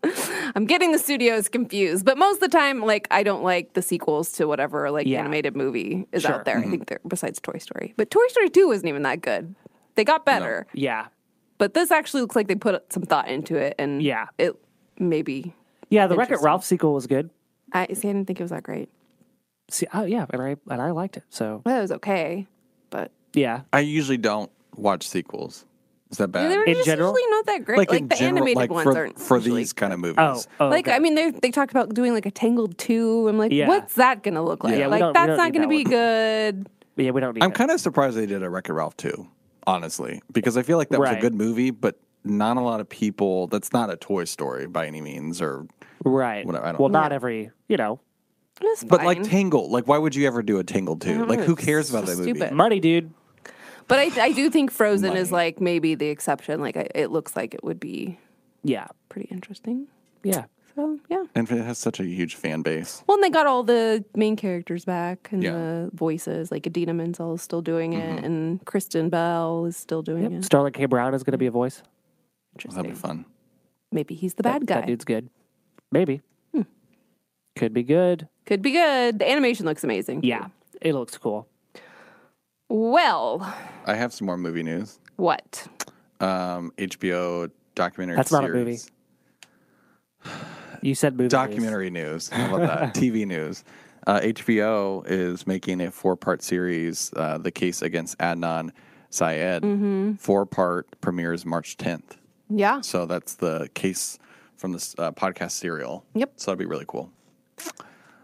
[SPEAKER 3] I'm getting the studios confused, but most of the time, like I don't like the sequels to whatever like
[SPEAKER 1] Yeah.
[SPEAKER 3] animated movie is
[SPEAKER 1] Sure. Mm-hmm.
[SPEAKER 3] out there. I think they're besides Toy Story, but Toy Story Two wasn't even that good. They got better,
[SPEAKER 1] Yeah,
[SPEAKER 3] but this actually looks like they put some thought into it, and
[SPEAKER 1] Yeah.
[SPEAKER 3] it maybe
[SPEAKER 1] yeah. The Wreck It
[SPEAKER 3] Interesting.
[SPEAKER 1] Ralph sequel was good.
[SPEAKER 3] I see. I didn't think it was that great.
[SPEAKER 1] See, oh, yeah, and I and I liked it. So
[SPEAKER 3] Well, it was okay, but
[SPEAKER 1] yeah,
[SPEAKER 2] I usually don't watch sequels. Is that bad?
[SPEAKER 3] they were
[SPEAKER 1] In
[SPEAKER 3] just
[SPEAKER 1] general?
[SPEAKER 3] usually not that great. Like, the animated
[SPEAKER 2] Uh, like
[SPEAKER 3] ones
[SPEAKER 2] for,
[SPEAKER 3] aren't
[SPEAKER 2] for
[SPEAKER 3] usually-
[SPEAKER 2] these kind of movies.
[SPEAKER 1] oh, oh
[SPEAKER 3] Like
[SPEAKER 1] okay.
[SPEAKER 3] I mean, they they talked about doing like a Tangled two. I'm like,
[SPEAKER 1] Yeah.
[SPEAKER 3] what's that gonna look like?
[SPEAKER 1] Yeah, we
[SPEAKER 3] like
[SPEAKER 1] don't- we
[SPEAKER 3] that's
[SPEAKER 1] don't
[SPEAKER 3] not
[SPEAKER 1] need
[SPEAKER 3] gonna
[SPEAKER 1] that
[SPEAKER 3] be
[SPEAKER 1] one.
[SPEAKER 3] good.
[SPEAKER 1] yeah, we don't need.
[SPEAKER 2] I'm
[SPEAKER 1] that.
[SPEAKER 2] kind of surprised they did a Wreck-It Ralph 2, honestly, because I feel like that was
[SPEAKER 1] Right.
[SPEAKER 2] a good movie, but not a lot of people. That's not a Toy Story by any means, or
[SPEAKER 1] Right.
[SPEAKER 2] Whatever, I don't
[SPEAKER 1] well,
[SPEAKER 2] know.
[SPEAKER 1] not every, you know,
[SPEAKER 3] It was
[SPEAKER 2] but
[SPEAKER 3] fine.
[SPEAKER 2] like Tangled. Like, why would you ever do a Tangled 2?
[SPEAKER 3] don't
[SPEAKER 2] Like,
[SPEAKER 3] know,
[SPEAKER 2] who
[SPEAKER 3] it's
[SPEAKER 2] cares about
[SPEAKER 3] so
[SPEAKER 2] that movie?
[SPEAKER 3] stupid.
[SPEAKER 1] money, dude.
[SPEAKER 3] but I I do think Frozen is
[SPEAKER 2] Money.
[SPEAKER 3] like maybe the exception. Like I, it looks like it would be
[SPEAKER 1] Yeah,
[SPEAKER 3] pretty interesting.
[SPEAKER 1] yeah,
[SPEAKER 3] So yeah.
[SPEAKER 2] And it has such a huge fan base.
[SPEAKER 3] Well, and they got all the main characters back and
[SPEAKER 2] Yeah.
[SPEAKER 3] the voices. Like Adina Menzel is still doing it, and Kristen Bell is still doing
[SPEAKER 1] yep.
[SPEAKER 3] it.
[SPEAKER 1] Starlet K. Brown is going to be a voice.
[SPEAKER 2] That'd be
[SPEAKER 3] Interesting.
[SPEAKER 2] fun.
[SPEAKER 3] Maybe he's the
[SPEAKER 1] That-
[SPEAKER 3] bad guy. Hmm.
[SPEAKER 1] That dude's good. Maybe. Could be good.
[SPEAKER 3] Could be good. The animation looks amazing.
[SPEAKER 1] Yeah, it looks cool.
[SPEAKER 3] Well,
[SPEAKER 2] I have some more movie news.
[SPEAKER 3] what?
[SPEAKER 2] Um, HBO documentary.
[SPEAKER 1] That's not a
[SPEAKER 2] series.
[SPEAKER 1] movie. You said movie. news.
[SPEAKER 2] documentary news. How about that? TV news. Uh, HBO is making a four-part series, uh, "The Case Against Adnan Syed."
[SPEAKER 3] Mm-hmm.
[SPEAKER 2] Four-part premieres March 10th.
[SPEAKER 3] Yeah.
[SPEAKER 2] So that's the case from this uh, podcast serial.
[SPEAKER 3] Yep.
[SPEAKER 2] So that'd be really cool.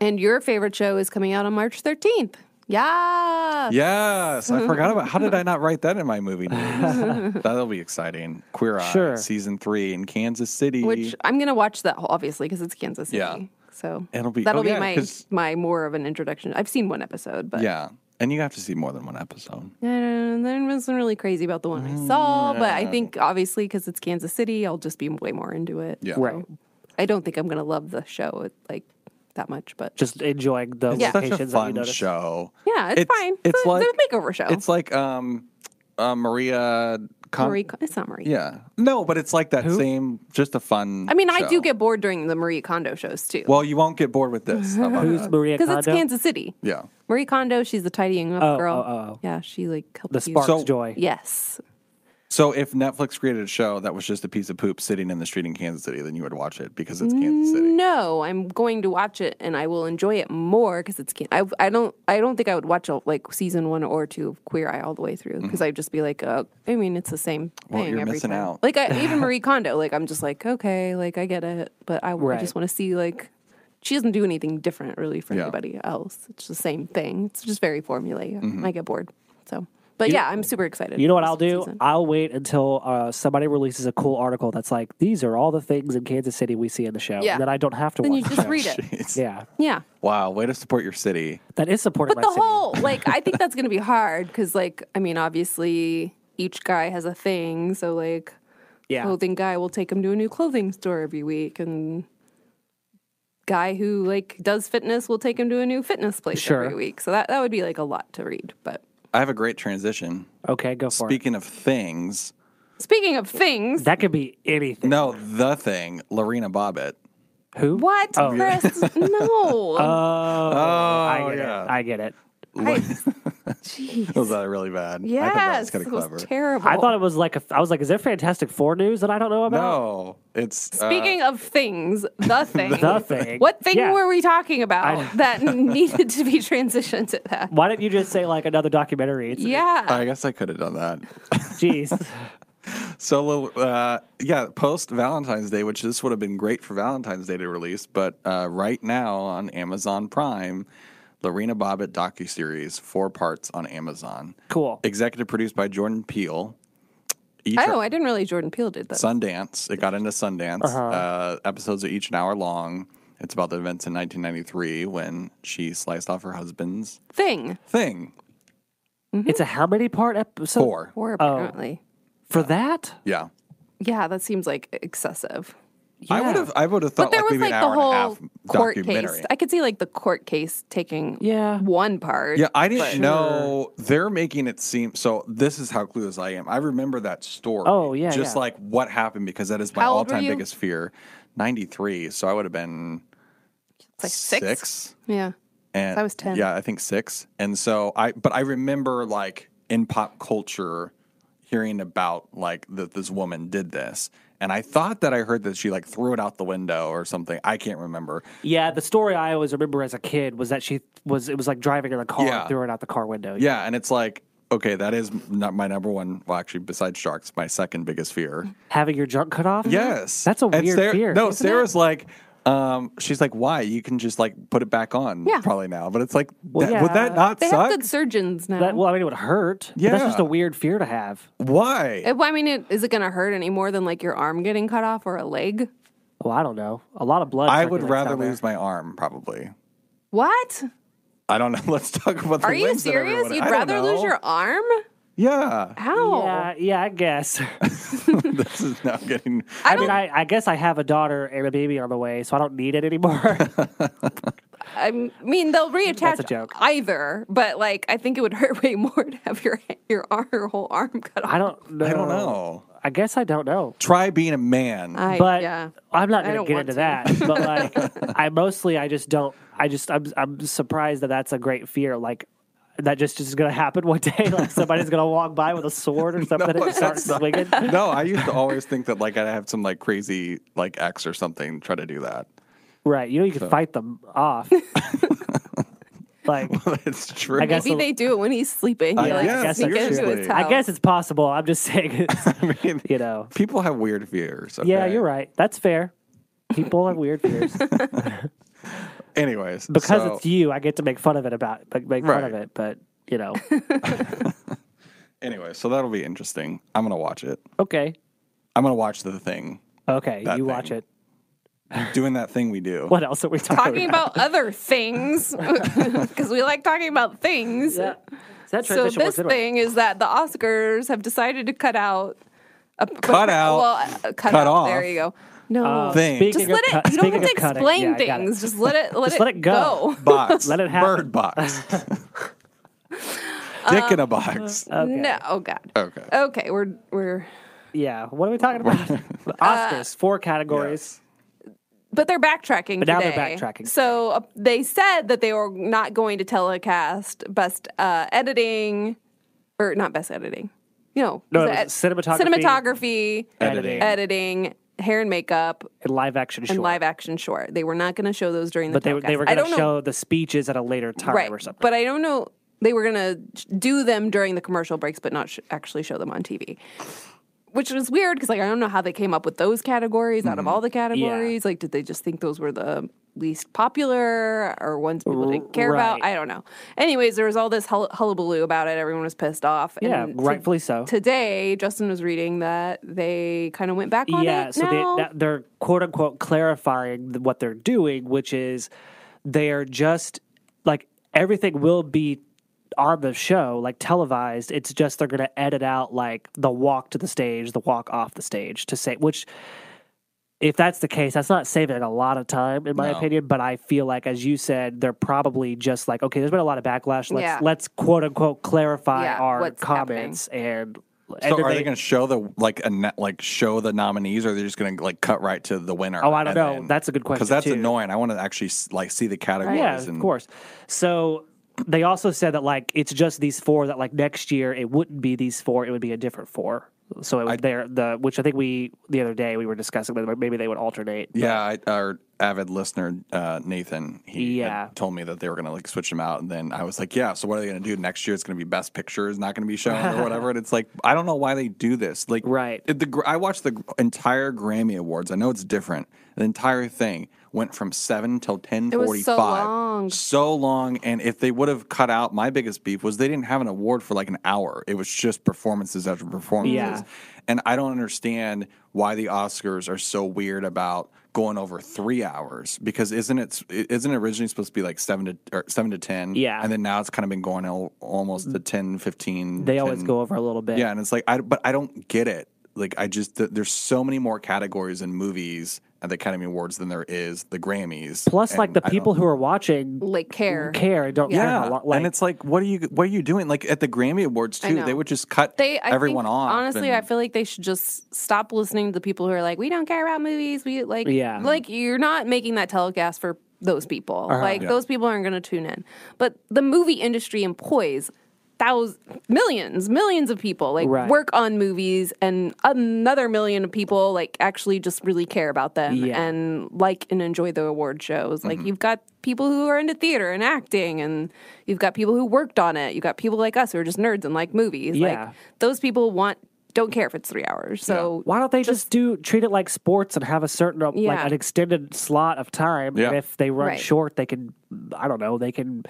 [SPEAKER 3] And your favorite show is coming out on March 13th. Yeah.
[SPEAKER 2] Yes, I forgot about. How did I not write that in my movie news? That'll be exciting. Queer Eye
[SPEAKER 1] Sure.
[SPEAKER 2] season three in Kansas City.
[SPEAKER 3] Which I'm going to watch that whole- obviously because it's Kansas City.
[SPEAKER 2] Yeah.
[SPEAKER 3] So
[SPEAKER 2] It'll be-
[SPEAKER 3] that'll
[SPEAKER 2] oh,
[SPEAKER 3] be
[SPEAKER 2] yeah,
[SPEAKER 3] my
[SPEAKER 2] 'cause-
[SPEAKER 3] my more of an introduction. I've seen one episode, but
[SPEAKER 2] yeah, and you have to see more than one episode.
[SPEAKER 3] And I wasn't really crazy about the one I saw,
[SPEAKER 2] Mm,
[SPEAKER 3] but I think obviously because it's Kansas City, I'll just be way more into it.
[SPEAKER 2] Yeah.
[SPEAKER 1] Right.
[SPEAKER 3] I don't think I'm gonna love the show like that much, but
[SPEAKER 1] Just enjoying the
[SPEAKER 2] It's such a
[SPEAKER 1] locations that you
[SPEAKER 2] fun
[SPEAKER 1] noticed.
[SPEAKER 2] show.
[SPEAKER 3] yeah, it's,
[SPEAKER 2] It's-
[SPEAKER 3] fine.
[SPEAKER 2] it's
[SPEAKER 3] a,
[SPEAKER 2] like-
[SPEAKER 3] a makeover show.
[SPEAKER 2] It's like um, uh, Maria. Con-
[SPEAKER 3] Marie. Con- It's not Marie.
[SPEAKER 2] Yeah. No, but it's like that same. Just a fun.
[SPEAKER 3] I mean, I
[SPEAKER 2] show.
[SPEAKER 3] do get bored during the Marie Kondo shows too,
[SPEAKER 2] Well, you won't get bored with this. How about
[SPEAKER 1] Who's
[SPEAKER 2] that?
[SPEAKER 1] Maria
[SPEAKER 3] because
[SPEAKER 1] Kondo?
[SPEAKER 3] it's Kansas City.
[SPEAKER 2] Yeah.
[SPEAKER 3] Marie Kondo, she's the tidying up
[SPEAKER 1] Oh,
[SPEAKER 3] girl.
[SPEAKER 1] oh, oh, oh.
[SPEAKER 3] Yeah, she like helped
[SPEAKER 1] The
[SPEAKER 3] you-
[SPEAKER 1] Sparks
[SPEAKER 2] So-
[SPEAKER 1] Joy.
[SPEAKER 3] Yes,
[SPEAKER 2] So if Netflix created a show that was just a piece of poop sitting in the street in Kansas City, then you would watch it because it's Kansas City.
[SPEAKER 3] No, I'm going to watch it and I will enjoy it more because it's. can- I I don't I don't think I would watch a, like season one or two of Queer Eye all the way through because I'd just be like, uh, I mean, it's the same
[SPEAKER 2] Mm-hmm. Well,
[SPEAKER 3] thing
[SPEAKER 2] you're
[SPEAKER 3] every
[SPEAKER 2] missing
[SPEAKER 3] time.
[SPEAKER 2] out.
[SPEAKER 3] Like I, even Marie Kondo, like I'm just like, okay, like I get it, but I, I
[SPEAKER 1] Right.
[SPEAKER 3] just want to see like she doesn't do anything different really for
[SPEAKER 2] Yeah.
[SPEAKER 3] anybody else. It's the same thing. It's just very formulaic.
[SPEAKER 2] Mm-hmm.
[SPEAKER 3] I get bored. So, but yeah, I'm super excited.
[SPEAKER 1] You know
[SPEAKER 3] for
[SPEAKER 1] what
[SPEAKER 3] this
[SPEAKER 1] I'll do?
[SPEAKER 3] season.
[SPEAKER 1] I'll wait until uh, somebody releases a cool article that's like, "These are all the things in Kansas City we see in the show."
[SPEAKER 3] Yeah.
[SPEAKER 1] And then I don't have to
[SPEAKER 3] Then you
[SPEAKER 1] watch. the
[SPEAKER 3] just
[SPEAKER 1] show.
[SPEAKER 3] read it.
[SPEAKER 2] Jeez.
[SPEAKER 1] Yeah,
[SPEAKER 3] Yeah.
[SPEAKER 2] Wow, way to support your city.
[SPEAKER 1] that is supporting
[SPEAKER 3] But
[SPEAKER 1] my
[SPEAKER 3] the
[SPEAKER 1] city.
[SPEAKER 3] whole like I think that's gonna be hard because like I mean obviously each guy has a thing so like
[SPEAKER 1] yeah.
[SPEAKER 3] clothing guy will take him to a new clothing store every week and guy who like does fitness will take him to a new fitness place every
[SPEAKER 1] Sure.
[SPEAKER 3] week so that that would be like a lot to read but
[SPEAKER 2] I have a great transition.
[SPEAKER 1] Okay, go for it.
[SPEAKER 2] Speaking of things,
[SPEAKER 3] Speaking of things,
[SPEAKER 1] That could be anything.
[SPEAKER 2] No, the thing, Lorena Bobbitt.
[SPEAKER 1] Who?
[SPEAKER 3] what,
[SPEAKER 1] Oh.
[SPEAKER 3] Chris? No.
[SPEAKER 1] Oh, I get
[SPEAKER 2] Oh, yeah.
[SPEAKER 1] it. I get it.
[SPEAKER 3] I-
[SPEAKER 2] It was that really bad? I thought that was
[SPEAKER 3] yes,
[SPEAKER 2] kind
[SPEAKER 3] it
[SPEAKER 2] of
[SPEAKER 3] was
[SPEAKER 2] clever.
[SPEAKER 3] terrible.
[SPEAKER 1] I thought it was like a, I was like, is there Fantastic Four news that I don't know about?
[SPEAKER 2] No, it's uh,
[SPEAKER 3] Speaking of things, the thing.
[SPEAKER 1] The thing.
[SPEAKER 3] What thing
[SPEAKER 1] Yeah.
[SPEAKER 3] were we talking about
[SPEAKER 1] I-
[SPEAKER 3] that needed to be transitioned to that?
[SPEAKER 1] Why didn't you just say like another documentary? It's,
[SPEAKER 3] Yeah.
[SPEAKER 2] I guess I could have done that.
[SPEAKER 1] Jeez.
[SPEAKER 2] So, uh, yeah, post Valentine's Day, which this would have been great for Valentine's Day to release, but uh, right now on Amazon Prime, Lorena Bobbitt docu series, four parts on Amazon,
[SPEAKER 1] Cool.
[SPEAKER 2] executive produced by Jordan Peele. Each
[SPEAKER 3] oh, I didn't realize Jordan Peele did that.
[SPEAKER 2] Sundance. It got into Sundance. uh episodes are each an hour long. It's about the events in 1993 when she sliced off her husband's
[SPEAKER 3] thing.
[SPEAKER 2] thing.
[SPEAKER 3] Mm-hmm.
[SPEAKER 1] It's a how many part episode?
[SPEAKER 2] Four.
[SPEAKER 3] Or apparently.
[SPEAKER 1] For that?
[SPEAKER 2] Yeah.
[SPEAKER 3] Yeah, that seems like excessive.
[SPEAKER 2] I
[SPEAKER 1] Yeah.
[SPEAKER 2] would have. I would have
[SPEAKER 3] But
[SPEAKER 2] thought
[SPEAKER 3] there
[SPEAKER 2] like
[SPEAKER 3] was
[SPEAKER 2] maybe
[SPEAKER 3] like
[SPEAKER 2] an
[SPEAKER 3] the
[SPEAKER 2] hour and a
[SPEAKER 3] whole
[SPEAKER 2] half
[SPEAKER 3] court
[SPEAKER 2] documentary.
[SPEAKER 3] case. I could see like the court case taking
[SPEAKER 1] Yeah.
[SPEAKER 3] one part.
[SPEAKER 2] Yeah, I didn't know they're making it seem so. This is how clueless I am. I remember that story.
[SPEAKER 1] Oh, yeah,
[SPEAKER 2] just
[SPEAKER 1] yeah.
[SPEAKER 2] like what happened because that is my
[SPEAKER 3] How old
[SPEAKER 2] all-time
[SPEAKER 3] were you?
[SPEAKER 2] biggest fear. Ninety-three, so I would have been
[SPEAKER 3] It's like six.
[SPEAKER 2] six,
[SPEAKER 3] Yeah.
[SPEAKER 2] and
[SPEAKER 3] I was 10.
[SPEAKER 2] Yeah, I think six, and so I. But I remember like in pop culture, hearing about like that this woman did this, and I thought that I heard that she like threw it out the window or something. I can't remember.
[SPEAKER 1] Yeah, the story I always remember as a kid was that she was it was like driving in the car
[SPEAKER 2] Yeah.
[SPEAKER 1] and throwing out the car window.
[SPEAKER 2] Yeah, and it's like okay, that is not my number one. Well, actually, besides sharks, my second biggest fear.
[SPEAKER 3] Mm-hmm.
[SPEAKER 1] Having your junk cut off?
[SPEAKER 2] Yes,
[SPEAKER 1] That's a
[SPEAKER 2] And
[SPEAKER 1] weird
[SPEAKER 2] Sarah-
[SPEAKER 1] fear.
[SPEAKER 2] No,
[SPEAKER 1] isn't it?
[SPEAKER 2] Sarah's like, um, she's like, why? You can just like put it back on,
[SPEAKER 3] Yeah.
[SPEAKER 2] probably now. But it's like,
[SPEAKER 1] Well,
[SPEAKER 2] that, would that
[SPEAKER 1] yeah.
[SPEAKER 2] not
[SPEAKER 3] They
[SPEAKER 2] suck?
[SPEAKER 3] have good surgeons now.
[SPEAKER 1] That, well, I mean, it would hurt. but That's
[SPEAKER 2] Yeah.
[SPEAKER 1] just a weird fear to have.
[SPEAKER 2] Why?
[SPEAKER 3] It- well, I mean, it, is it going to hurt any more than like your arm getting cut off or a leg?
[SPEAKER 1] Well, I don't know. A lot of blood.
[SPEAKER 2] I would
[SPEAKER 1] circulates
[SPEAKER 2] rather
[SPEAKER 1] down there.
[SPEAKER 2] lose my arm, probably.
[SPEAKER 3] What?
[SPEAKER 2] I don't know. Let's talk about. The
[SPEAKER 3] Are you
[SPEAKER 2] limbs that
[SPEAKER 3] serious?
[SPEAKER 2] everyone-
[SPEAKER 3] You'd
[SPEAKER 2] I don't
[SPEAKER 3] rather lose
[SPEAKER 2] know.
[SPEAKER 3] your arm?
[SPEAKER 2] Yeah,
[SPEAKER 3] How?
[SPEAKER 1] Yeah, yeah, I guess.
[SPEAKER 2] this is now getting.
[SPEAKER 1] I mean, I, I guess I have a daughter and a baby on the way, so I don't need it anymore.
[SPEAKER 3] I mean, they'll reattach
[SPEAKER 1] That's a joke.
[SPEAKER 3] either, but like, I think it would hurt way more to have your your arm, your whole arm cut off.
[SPEAKER 1] I don't know.
[SPEAKER 2] I don't know.
[SPEAKER 1] I guess I don't know.
[SPEAKER 2] Try being a man.
[SPEAKER 3] I-
[SPEAKER 1] but
[SPEAKER 3] yeah,
[SPEAKER 1] I'm not
[SPEAKER 3] I
[SPEAKER 1] going
[SPEAKER 3] don't
[SPEAKER 1] to get
[SPEAKER 3] want
[SPEAKER 1] into
[SPEAKER 3] to.
[SPEAKER 1] that. But like, I mostly I just don't. I just I'm I'm surprised that that's a great fear. Like. That just is going to happen one day. Like somebody's going to walk by with a sword or something and
[SPEAKER 2] it's
[SPEAKER 1] start
[SPEAKER 2] not.
[SPEAKER 1] swinging.
[SPEAKER 2] no, I used to always think that like I'd have some like crazy like ex or something try to do that.
[SPEAKER 1] Right. You know, you can fight them off. like,
[SPEAKER 2] it's true.
[SPEAKER 1] I guess-
[SPEAKER 3] maybe
[SPEAKER 1] so-
[SPEAKER 3] they do it when he's sleeping. They,
[SPEAKER 2] I
[SPEAKER 3] like,
[SPEAKER 2] guess,
[SPEAKER 3] sneak into
[SPEAKER 2] seriously.
[SPEAKER 3] his house.
[SPEAKER 1] I guess it's possible. I'm just saying, it's,
[SPEAKER 2] I mean,
[SPEAKER 1] you know.
[SPEAKER 2] people have weird fears.
[SPEAKER 1] Yeah,
[SPEAKER 2] okay?
[SPEAKER 1] you're right. That's fair. People have weird fears.
[SPEAKER 2] Anyways,
[SPEAKER 1] Because
[SPEAKER 2] so-
[SPEAKER 1] it's you, I get to make fun of it about like make fun of
[SPEAKER 2] Right.
[SPEAKER 1] it, but you know.
[SPEAKER 2] Anyway, so that'll be interesting. I'm gonna watch it.
[SPEAKER 1] Okay.
[SPEAKER 2] I'm gonna watch the thing,
[SPEAKER 1] Okay.
[SPEAKER 2] That
[SPEAKER 1] you
[SPEAKER 2] thing.
[SPEAKER 1] watch it.
[SPEAKER 2] doing that thing we do.
[SPEAKER 1] What else are we talking,
[SPEAKER 3] talking about other things because we like talking about things.
[SPEAKER 1] about? Yeah. So that
[SPEAKER 3] So
[SPEAKER 1] transition
[SPEAKER 3] this
[SPEAKER 1] works anyway.
[SPEAKER 3] thing is that the Oscars have decided to cut out a
[SPEAKER 2] Cut out.
[SPEAKER 3] Well, uh, cut,
[SPEAKER 2] Cut
[SPEAKER 3] out.
[SPEAKER 2] off.
[SPEAKER 3] There you go. No.
[SPEAKER 1] Uh,
[SPEAKER 2] Thing.
[SPEAKER 1] speaking
[SPEAKER 3] just
[SPEAKER 1] of
[SPEAKER 3] let it.
[SPEAKER 1] cut-
[SPEAKER 3] you don't have
[SPEAKER 1] speaking
[SPEAKER 3] to
[SPEAKER 1] of cutting,
[SPEAKER 3] explain
[SPEAKER 1] yeah, I got it.
[SPEAKER 3] things. Just let it. Let,
[SPEAKER 1] Just
[SPEAKER 3] it,
[SPEAKER 1] let it go.
[SPEAKER 2] Box.
[SPEAKER 1] Let it happen.
[SPEAKER 2] Bird box. Dick in a box.
[SPEAKER 1] Okay.
[SPEAKER 3] No. Oh God.
[SPEAKER 2] Okay.
[SPEAKER 3] Okay. We're we're.
[SPEAKER 1] Yeah. What are we talking about? The Oscars, four categories.
[SPEAKER 3] But they're backtracking.
[SPEAKER 1] But now they're
[SPEAKER 3] today.
[SPEAKER 1] backtracking.
[SPEAKER 3] So uh, they said that they were not going to telecast best uh, editing, or not best editing. No,
[SPEAKER 1] No,
[SPEAKER 3] was
[SPEAKER 1] it
[SPEAKER 3] it
[SPEAKER 1] was cinematography.
[SPEAKER 3] ed- cinematography,
[SPEAKER 2] Editing.
[SPEAKER 3] editing, hair and makeup,
[SPEAKER 1] And live action
[SPEAKER 3] and
[SPEAKER 1] short.
[SPEAKER 3] live action short. They were not going to show those during the
[SPEAKER 1] but they, were-
[SPEAKER 3] telecast.
[SPEAKER 1] they were
[SPEAKER 3] I
[SPEAKER 1] going
[SPEAKER 3] don't
[SPEAKER 1] to
[SPEAKER 3] know,
[SPEAKER 1] show the speeches at a later time
[SPEAKER 3] right,
[SPEAKER 1] or something.
[SPEAKER 3] but I don't know. They were going to do them during the commercial breaks, but not sh- actually show them on TV. Which was weird because, like, I don't know how they came up with those categories
[SPEAKER 1] Mm-hmm.
[SPEAKER 3] out of all the categories. Like, did they just think those were the least popular or ones people didn't care about?
[SPEAKER 1] right.
[SPEAKER 3] I don't know. Anyways, there was all this hull- hullabaloo about it. Everyone was pissed off.
[SPEAKER 1] yeah,
[SPEAKER 3] and to-
[SPEAKER 1] rightfully so.
[SPEAKER 3] Today, Justin was reading that they kind of went back on
[SPEAKER 1] yeah,
[SPEAKER 3] it.
[SPEAKER 1] so
[SPEAKER 3] now.
[SPEAKER 1] They, that- they're quote unquote clarifying th- what they're doing, which is they're just like everything will be on the show, like televised. It's just they're going to edit out like the walk to the stage, the walk off the stage to say, which. If that's the case, that's not saving a lot of time, in my
[SPEAKER 2] No.
[SPEAKER 1] opinion. But I feel like, as you said, they're probably just like, okay, there's been a lot of backlash. Let's
[SPEAKER 3] Yeah.
[SPEAKER 1] let's quote unquote clarify
[SPEAKER 3] Yeah,
[SPEAKER 1] our
[SPEAKER 3] what's happening.
[SPEAKER 1] comments and
[SPEAKER 2] So are they, going to show the like a net, like show the nominees, or they're just going to like cut right to the winner?
[SPEAKER 1] Oh, I don't know. That's a good question,
[SPEAKER 2] because that's
[SPEAKER 1] too.
[SPEAKER 2] annoying. I want to actually s- like see the categories.
[SPEAKER 1] yeah,
[SPEAKER 2] and,
[SPEAKER 1] of course. So they also said that like it's just these four. That like next year it wouldn't be these four. It would be a different four. So it, they're the which I think we the other day we were discussing whether maybe they would alternate.
[SPEAKER 2] Yeah, I, our avid listener uh, Nathan, he had
[SPEAKER 1] Yeah.
[SPEAKER 2] told me that they were going to like switch them out, and then I was like, yeah. So what are they going to do next year? It's going to be Best Picture is not going to be shown or whatever. And it's like I don't know why they do this. Like
[SPEAKER 1] Right.
[SPEAKER 2] it- the gr- I watched the entire Grammy Awards. I know it's different. The entire thing went from seven till ten
[SPEAKER 3] It
[SPEAKER 2] forty
[SPEAKER 3] was so long.
[SPEAKER 2] five. So long, and if they would have cut out my biggest beef was they didn't have an award for like an hour. It was just performances after performances.
[SPEAKER 1] Yeah.
[SPEAKER 2] And I don't understand why the Oscars are so weird about going over three hours because isn't it isn't it originally supposed to be like seven to or seven to ten?
[SPEAKER 1] Yeah.
[SPEAKER 2] and then now it's kind of been going al- almost to 10, 15.
[SPEAKER 1] They always
[SPEAKER 2] 10
[SPEAKER 1] go over a little bit.
[SPEAKER 2] yeah, and it's like I but I don't get it. Like I just th- there's so many more categories in movies at the Academy Awards than there is the Grammys.
[SPEAKER 1] Plus, like
[SPEAKER 2] and
[SPEAKER 1] the
[SPEAKER 2] I
[SPEAKER 1] people
[SPEAKER 2] don't-
[SPEAKER 1] who are watching
[SPEAKER 3] Like care.
[SPEAKER 1] care and don't care
[SPEAKER 2] yeah,
[SPEAKER 1] how lo- like
[SPEAKER 2] and it's like what are you what are you doing? Like at the Grammy Awards
[SPEAKER 3] I
[SPEAKER 2] too,
[SPEAKER 3] know.
[SPEAKER 2] they would just cut
[SPEAKER 3] They I
[SPEAKER 2] everyone
[SPEAKER 3] think,
[SPEAKER 2] off.
[SPEAKER 3] Honestly,
[SPEAKER 2] and-
[SPEAKER 3] I feel like they should just stop listening to the people who are like, we don't care about movies. We like,
[SPEAKER 1] Yeah.
[SPEAKER 3] like you're not making that telecast for those people.
[SPEAKER 1] Uh-huh.
[SPEAKER 3] Like
[SPEAKER 2] Yeah.
[SPEAKER 3] those people aren't going to tune in. But the movie industry employs thousands, millions, millions of people like
[SPEAKER 1] Right.
[SPEAKER 3] work on movies, and another million of people like actually just really care about them
[SPEAKER 1] Yeah.
[SPEAKER 3] and like and enjoy the award shows.
[SPEAKER 2] Mm-hmm.
[SPEAKER 3] Like you've got people who are into theater and acting, and you've got people who worked on it. You've got people like us who are just nerds and like movies.
[SPEAKER 1] Yeah.
[SPEAKER 3] Like those people want don't care if it's three hours. So
[SPEAKER 1] Why don't they just, do treat it like sports and have a certain uh,
[SPEAKER 3] Yeah.
[SPEAKER 1] like an extended slot of time?
[SPEAKER 2] Yeah.
[SPEAKER 1] And if they run
[SPEAKER 3] Right.
[SPEAKER 1] short, they can I don't know they can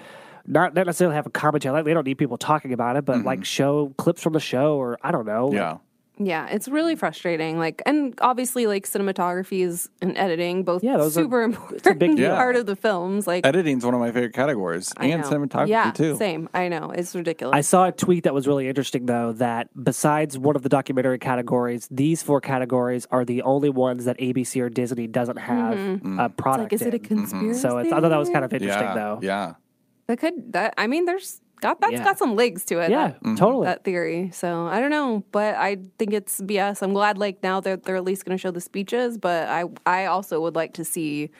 [SPEAKER 1] not, not necessarily have a commentary. Like, they don't need people talking about it, but like show clips from the show or I don't know.
[SPEAKER 2] Mm-hmm. yeah.
[SPEAKER 3] yeah, it's really frustrating. Like and obviously like cinematography is and editing both
[SPEAKER 1] Yeah, those are-
[SPEAKER 3] super important
[SPEAKER 1] big
[SPEAKER 2] deal.
[SPEAKER 3] part of the films. Like
[SPEAKER 2] Editing's one of my favorite categories,
[SPEAKER 3] I
[SPEAKER 2] and
[SPEAKER 3] know.
[SPEAKER 2] cinematography
[SPEAKER 3] yeah,
[SPEAKER 2] too.
[SPEAKER 3] Same. I know. It's ridiculous.
[SPEAKER 1] I saw a tweet that was really interesting though that besides one of the documentary categories, these four categories are the only ones that ABC or Disney doesn't have a
[SPEAKER 3] Mm-hmm. like
[SPEAKER 1] product.
[SPEAKER 3] is it a
[SPEAKER 1] in.
[SPEAKER 3] conspiracy?
[SPEAKER 1] Mm-hmm. so it's, I thought that was kind of interesting
[SPEAKER 2] Mm. yeah,
[SPEAKER 1] though.
[SPEAKER 2] yeah.
[SPEAKER 3] that could that I mean there's got that's
[SPEAKER 1] Yeah.
[SPEAKER 3] got some legs to it.
[SPEAKER 1] Yeah,
[SPEAKER 3] that-
[SPEAKER 2] Mm-hmm.
[SPEAKER 1] totally.
[SPEAKER 3] that theory. So I don't know, but I think it's BS. I'm glad like now they're they're at least going to show the speeches, but I I also would like to see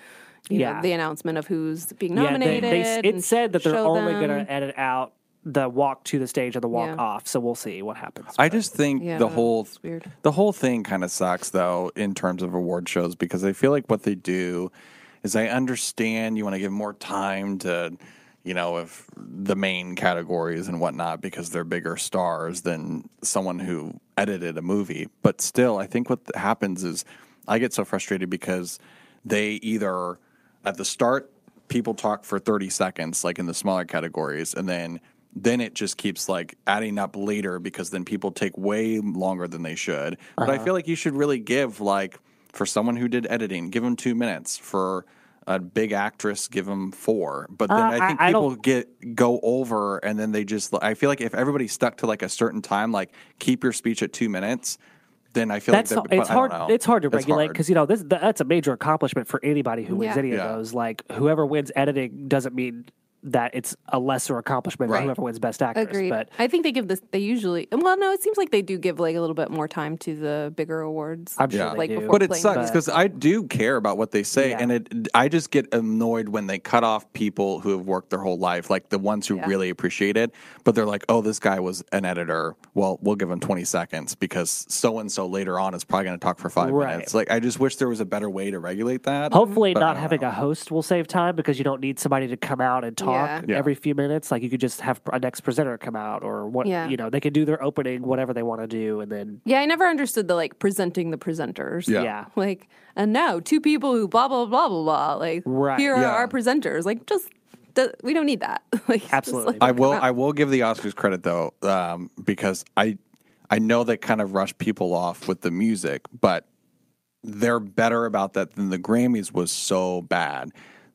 [SPEAKER 3] you know,
[SPEAKER 1] Yeah.
[SPEAKER 3] the announcement of who's being
[SPEAKER 1] Yeah, they-
[SPEAKER 3] nominated.
[SPEAKER 1] they-
[SPEAKER 3] and
[SPEAKER 1] it said that they're
[SPEAKER 3] show
[SPEAKER 1] only
[SPEAKER 3] them.
[SPEAKER 1] going to edit out the walk to the stage and the walk
[SPEAKER 3] Yeah.
[SPEAKER 1] off. So we'll see what happens.
[SPEAKER 2] I just think
[SPEAKER 3] Yeah,
[SPEAKER 2] the whole
[SPEAKER 3] it's weird.
[SPEAKER 2] the whole thing kind of sucks though in terms of award shows because I feel like what they do is I understand you want to give more time to you know if the main categories and whatnot because they're bigger stars than someone who edited a movie but still I think what happens is I get so frustrated because they either at the start people talk for 30 seconds like in the smaller categories and then then it just keeps like adding up later because then people take way longer than they should but
[SPEAKER 1] Uh-huh.
[SPEAKER 2] i feel like you should really give like for someone who did editing give them two minutes for a big actress give them four but then
[SPEAKER 1] Uh,
[SPEAKER 2] i think
[SPEAKER 1] I- I
[SPEAKER 2] people
[SPEAKER 1] don't-
[SPEAKER 2] get go over and then they just i feel like if everybody stuck to like a certain time like keep your speech at two minutes then i feel
[SPEAKER 1] That's
[SPEAKER 2] like that, but
[SPEAKER 1] it's
[SPEAKER 2] I don't
[SPEAKER 1] hard.
[SPEAKER 2] know.
[SPEAKER 1] It's hard to regulate
[SPEAKER 2] hard.
[SPEAKER 1] because you know this. That's a major accomplishment for anybody who wins
[SPEAKER 3] Yeah.
[SPEAKER 1] any of
[SPEAKER 2] Yeah.
[SPEAKER 1] those. Like whoever wins editing doesn't mean that it's a lesser accomplishment
[SPEAKER 2] Right.
[SPEAKER 1] than whoever wins best actress.
[SPEAKER 3] Agreed.
[SPEAKER 1] But
[SPEAKER 3] I think they give this. They usually. Well, no, it seems like they do give like a little bit more time to the bigger awards.
[SPEAKER 1] I'm sure
[SPEAKER 2] Yeah.
[SPEAKER 1] they
[SPEAKER 3] Like
[SPEAKER 1] do.
[SPEAKER 3] before-
[SPEAKER 2] but it
[SPEAKER 3] playing
[SPEAKER 2] sucks
[SPEAKER 3] the-
[SPEAKER 2] because I do care about what they say,
[SPEAKER 1] Yeah.
[SPEAKER 2] and it I just get annoyed when they cut off people who have worked their whole life, like the ones who
[SPEAKER 3] Yeah.
[SPEAKER 2] really appreciate it. But they're like, "Oh, this guy was an editor. Well, we'll give him twenty seconds because so and so later on is probably going to talk for five
[SPEAKER 1] Right.
[SPEAKER 2] minutes." Like, I just wish there was a better way to regulate that.
[SPEAKER 1] Hopefully,
[SPEAKER 2] but I
[SPEAKER 1] not
[SPEAKER 2] don't
[SPEAKER 1] having
[SPEAKER 2] know.
[SPEAKER 1] a host will save time because you don't need somebody to come out and talk
[SPEAKER 2] Yeah. Yeah.
[SPEAKER 1] every few minutes. Like you could just have a next presenter come out, or what
[SPEAKER 3] Yeah.
[SPEAKER 1] you know, they can do their opening, whatever they want to do, and then
[SPEAKER 3] Yeah, I never understood the like presenting the presenters.
[SPEAKER 2] Yeah.
[SPEAKER 1] yeah.
[SPEAKER 3] Like, and now two people who blah blah blah blah blah. Like,
[SPEAKER 1] Right.
[SPEAKER 3] here are
[SPEAKER 2] Yeah.
[SPEAKER 3] our presenters. Like, just th- we don't need that. like, just,
[SPEAKER 1] Absolutely.
[SPEAKER 3] like,
[SPEAKER 2] I will. I will give the Oscars credit though, um, because I I know they kind of rush people off with the music, but they're better about that than the Grammys was so bad.